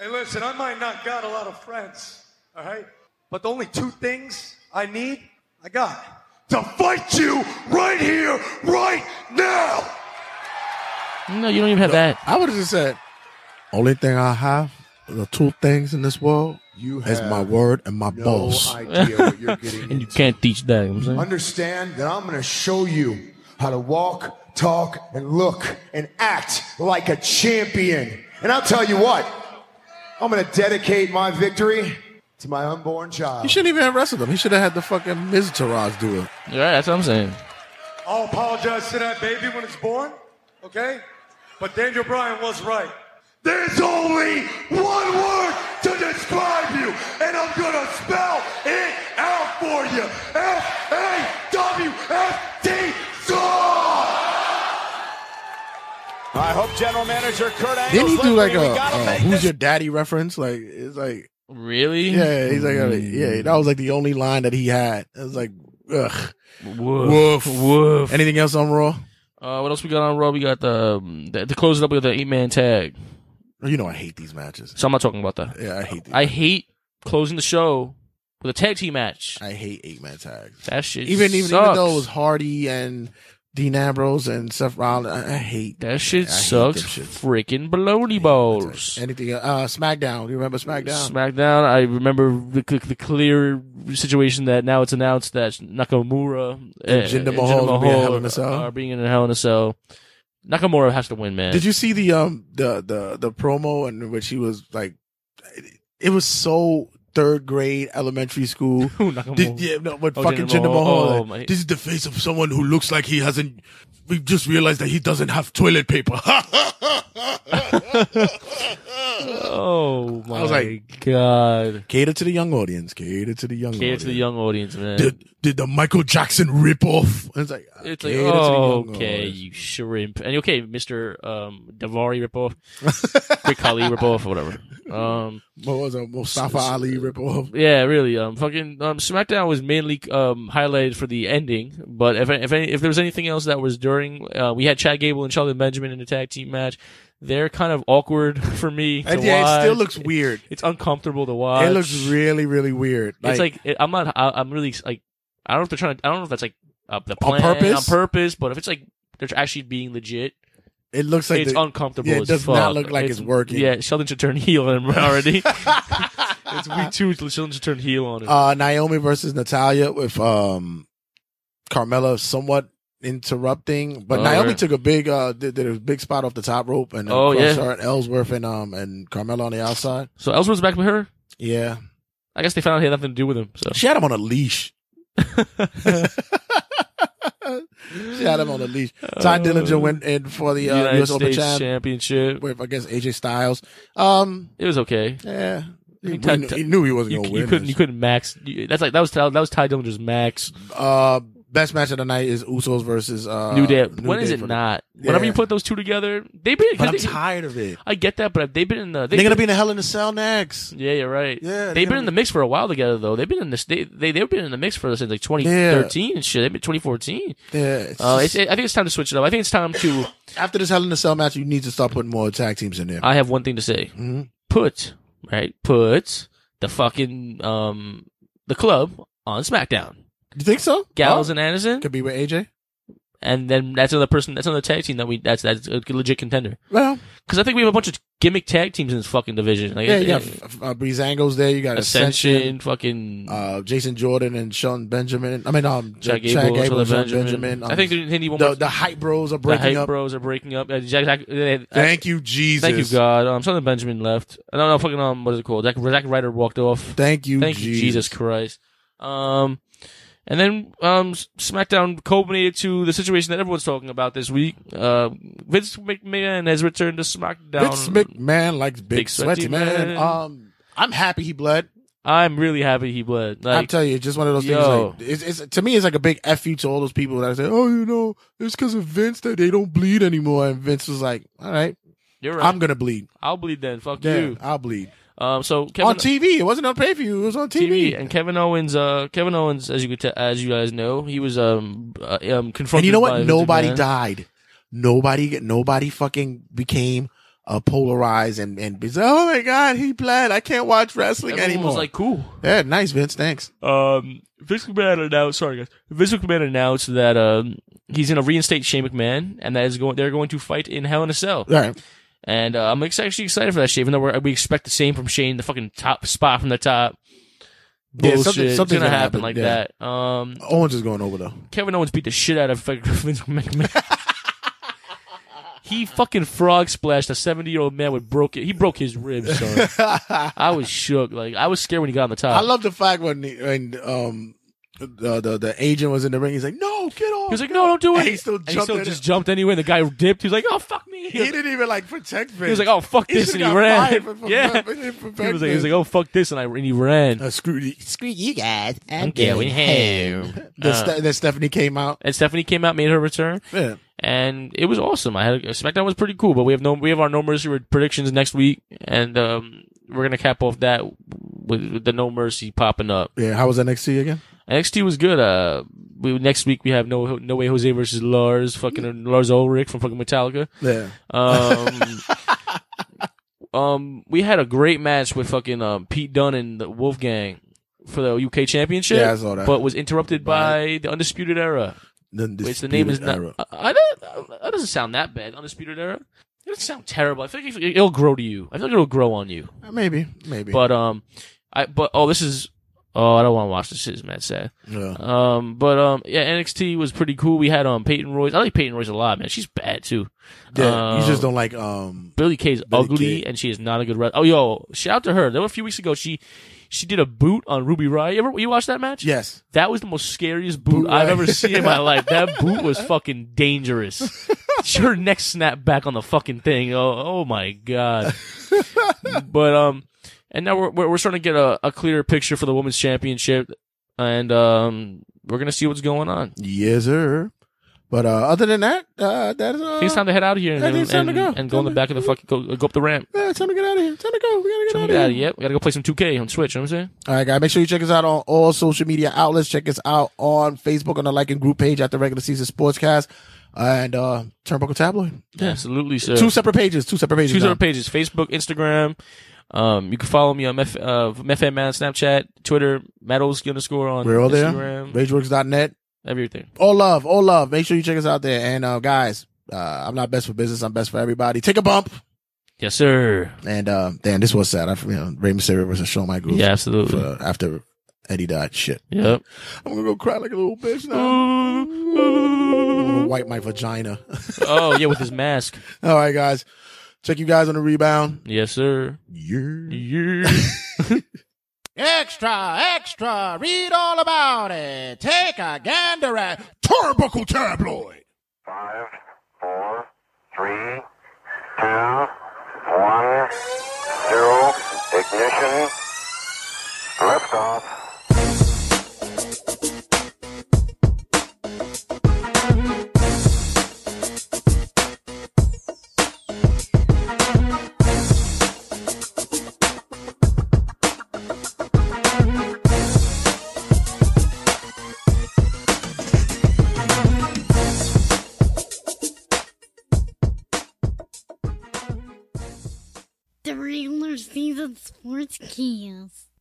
Hey, listen, I might not got a lot of friends, all right? But the only two things I need, I got. To fight you right here, right now! No, you don't even have that. I would have just said, only thing I have, the two things in this world, You is have my word and my no boss. idea what you're getting And you can't teach that. You know what I'm saying? Understand that I'm going to show you how to walk, talk, and look and act like a champion. And I'll tell you what, I'm going to dedicate my victory to my unborn He child. shouldn't even have wrestled him. He should have had the fucking Miz Taraj do it. All right, that's what I'm saying. I'll apologize to that baby when it's born, okay? But Daniel Bryan was right. There's only one word to describe you, and I'm gonna spell it out for you. F A W F T Saw. I hope General Manager Kurt Angle. Didn't he do like a, uh who's your daddy reference? Like it's like Really? Yeah, he's like, uh, Mm. yeah, that was like the only line that he had. It was like, ugh, Woof. Woof. Anything else on Raw? Uh, what else we got on Raw? We got the, um, the to close it up with the eight man tag. You know I hate these matches. So I'm not talking about that. Yeah, I hate. These. I hate closing the show with a tag team match. I hate eight man tags. That shit. Even even, sucks. even though it was Hardy and Dean Ambrose and Seth Rollins, I, I hate that shit I hate sucks. them shits. Freaking baloney balls. anything. Uh, SmackDown. You remember SmackDown? SmackDown. I remember the, the, the clear situation that now it's announced that Nakamura And eh, Jinder Mahal will be in Hell in a Cell. are being in a Hell in a Cell. Nakamura has to win, man. Did you see the um the the the promo in which he was like, it was so third grade elementary school. Did, yeah, no, but Oh, fucking Jinder Jinder Mahal. Mahal. Oh, like, my- This is the face of someone who looks like he hasn't. We just realized that he doesn't have toilet paper. Oh my was like, god! Cater to the young audience. Cater to the young. Cater to the young audience, man. Did did the Michael Jackson rip off? And it's like It's like, cater to the oh, young okay, audience. you shrimp. And okay, Mr. Um, Davari ripoff, Quick Khali ripoff, or whatever. Um, What was it? Mustafa Ali rip off? yeah, really. Um, fucking um, SmackDown was mainly um highlighted for the ending, but if if any, if there was anything else that was during, uh, we had Chad Gable and Shelton Benjamin in a tag team match. They're kind of awkward for me. to And yeah, it still watch. looks weird. It's uncomfortable to watch. It looks really really weird. it's like it, I'm not. I, I'm really like. I don't know if they're trying to. I don't know if that's like uh, the plan purpose? on purpose, but if it's like they're actually being legit, It looks like it's the- uncomfortable. Yeah, it as does not fuck. look like it's, working. Yeah, Sheldon should turn heel on him already. it's week two. Sheldon should turn heel on him. Uh, Naomi versus Natalia with um, Carmella somewhat interrupting, but Oh, Naomi yeah. took a big uh did, did a big spot off the top rope and uh, Oh, crushed yeah. her and Ellsworth and um and Carmella on the outside. so Ellsworth's back with her. Yeah, I guess they found out he had nothing to do with him. So she had him on a leash. She had him on a leash. Ty Dillinger went in for the uh, Oh. United U.S. Open States champ Championship. with against AJ Styles. Um, It was okay. yeah, he, You can't he knew- t- he knew he wasn't you, going to you win. couldn't. this. You couldn't max. You, that's like that was Ty- that was Ty Dillinger's max. uh, best match of the night is Usos versus uh, New Day. When is Day it for the- not? Whenever Yeah. you put those two together, they've been. But I'm they- tired of it. I get that, but they've been in the. They're they've gonna be in the Hell in a Cell next. Yeah, you're right. Yeah, they're they've been gonna in the mix for a while together though. They've been in this. They they they've been in the mix for since like 2013 and shit. They've been 2014. Yeah, it's Uh, just- it's, I think it's time to switch it up. I think it's time to. After this Hell in a Cell match, you need to start putting more tag teams in there. I have one thing to say. Mhm. Put right, put the fucking um the club on SmackDown. you think so? Gallows Oh, and Anderson, could be with AJ. and then that's another person. That's another tag team that we. That's that's a legit contender. Well, Because I think we have a bunch of gimmick tag teams in this fucking division. Like, yeah, it- you got it- uh, Breezango's there. You got Ascension, Ascension, fucking uh, Jason Jordan, and Sean Benjamin. I mean, um, Jack Chad Gable, Gable, Sheldon Sean Benjamin. Benjamin. I um, think they- they need one the, more- the hype bros are the breaking hype up. bros are breaking up. Uh, Jack, Jack, they- they- Thank you, Jesus. Thank you, God. Um, something Benjamin left. I don't know. Fucking um, what is it called? Zack, Zack Ryder walked off. Thank you, Thank you, Jesus. Jesus Christ. Um, and then um, SmackDown culminated to the situation that everyone's talking about this week. Uh, Vince McMahon has returned to SmackDown. Vince McMahon likes big, Big sweaty, sweaty man. man. Um, I'm happy he bled. I'm really happy he bled. Like, I'm telling you, it's just one of those yo. things. Like, it's, it's to me, it's like a big f you to all those people that say, "Oh, you know, it's because of Vince that they don't bleed anymore." And Vince was like, "All right, You're right. I'm gonna bleed. I'll bleed then. Fuck Yeah, you. I'll bleed Um, so Kevin, on TV. It wasn't on pay per view. It was on TV. TV and Kevin Owens. Uh, Kevin Owens, as you could te- as you guys know, he was um, uh, um confronted. And you know by what? Vince Nobody McMahon. died. Nobody. Nobody fucking became uh, polarized and and be- oh my god, he bled. I can't watch wrestling Everyone anymore. was like, cool. yeah, nice, Vince. Thanks. Um, Vince McMahon announced. Sorry, guys. Vince McMahon announced that um he's going to reinstate Shane McMahon, and that is going. They're going to fight in Hell in a Cell. All right. And uh, I'm ex- actually excited for that shit, even though we're, we expect the same from Shane, the fucking top spot from the top. Yeah, Bullshit. something- It's something's gonna gonna happen, happen, like yeah. that. Um, Owens is going over though. Kevin Owens beat the shit out of fucking Vince McMahon. he fucking frog splashed a 70 year old man with broke it. He broke his ribs. Son. I was shook. Like I was scared when he got on the top. I love the fact when the, when um the, the the agent was in the ring. He's like, "No, get off." he was like, no, don't do it. And he still And jumped in just jumped anyway. And the guy dipped. He was like, oh fuck me. He didn't even like protect Vince. He was like, oh fuck He this, and should've he got ran. fired for- for- yeah. for- for- for He was like, he was Vince. like, oh fuck this, and I and he ran. Uh, screw you. Screw you guys. I'm, Then Uh, Ste- then Stephanie came out. and Stephanie came out, made her return. Yeah. and it was awesome. I had SmackDown was pretty cool, but we have no we have our no mercy predictions next week, and um, we're gonna cap off that with, with the No Mercy popping up. Yeah, how was NXT again? NXT was good. Uh, we next week we have no no way Jose versus Lars Mm. fucking Lars Ulrich from fucking Metallica. Yeah. Um, um, we had a great match with fucking um, Pete Dunne and the Wolfgang for the UK Championship. Yeah, I saw that. But was interrupted by the Undisputed Era. The Which the name is Undisputed not. uh, Era. I, I don't- that doesn't sound that bad. Undisputed Era. It doesn't sound terrible. I feel like it'll grow to you. I feel like it'll grow on you. Uh, Maybe, maybe. But um, I but oh, this is oh, I don't want to watch this. This is mad sad. Yeah. Um, but um, yeah, NXT was pretty cool. We had um Peyton Royce. I like Peyton Royce a lot, man. She's bad too. Yeah, you Uh, just don't like um Billy Kay's Billie ugly, Kay. and she is not a good wrestler. Oh, yo, shout out to her. There were a few weeks ago. She she did a boot on Ruby Riot. You ever you watched that match? Yes. That was the most scariest boot, I've right. ever seen in my life. That boot was fucking dangerous. Her neck snapped back on the fucking thing. Oh, oh my god. but um, and now we're we're, we're starting to get a, a clearer picture for the women's championship, and um, we're gonna see what's going on. Yes, sir. But uh, other than that, uh, that is. I Uh, think it's time to head out of here and I think it's time and, to go. and go in the back of the fucking go, go up the ramp. Yeah, it's time to get out of here. Time to go. We gotta get Time out to of get out here. of here. Yep, we gotta go play some 2K on Switch. You know what I'm saying? All right, guys. Make sure you check us out on all social media outlets. Check us out on Facebook on the like and group page at the regular season sportscast and uh Turnbuckle Tabloid. Absolutely, sir. Two separate pages. Two separate pages. Two now. separate pages: Facebook, Instagram. Um, you can follow me on Mef, uh, MFM Man, Snapchat, Twitter, Metals underscore on We're all there. Instagram, RageWorks.net. everything. All love. All love. Make sure you check us out there. And uh guys, uh I'm not best for business. I'm best for everybody. Take a bump. Yes, sir. And uh damn, this was sad. I you know, Ray Mysterio versus Shawn Michaels. Yeah, absolutely. for- after Eddie died. Shit. Yep. I'm gonna go cry like a little bitch now. I'm gonna wipe my vagina. oh yeah, with his mask. all right, guys. Check you guys on the rebound. Yes, sir. Yeah. Extra, extra, read all about it. Take a gander at Turnbuckle Tabloid. One, zero, ignition, liftoff. The regular season sports cast.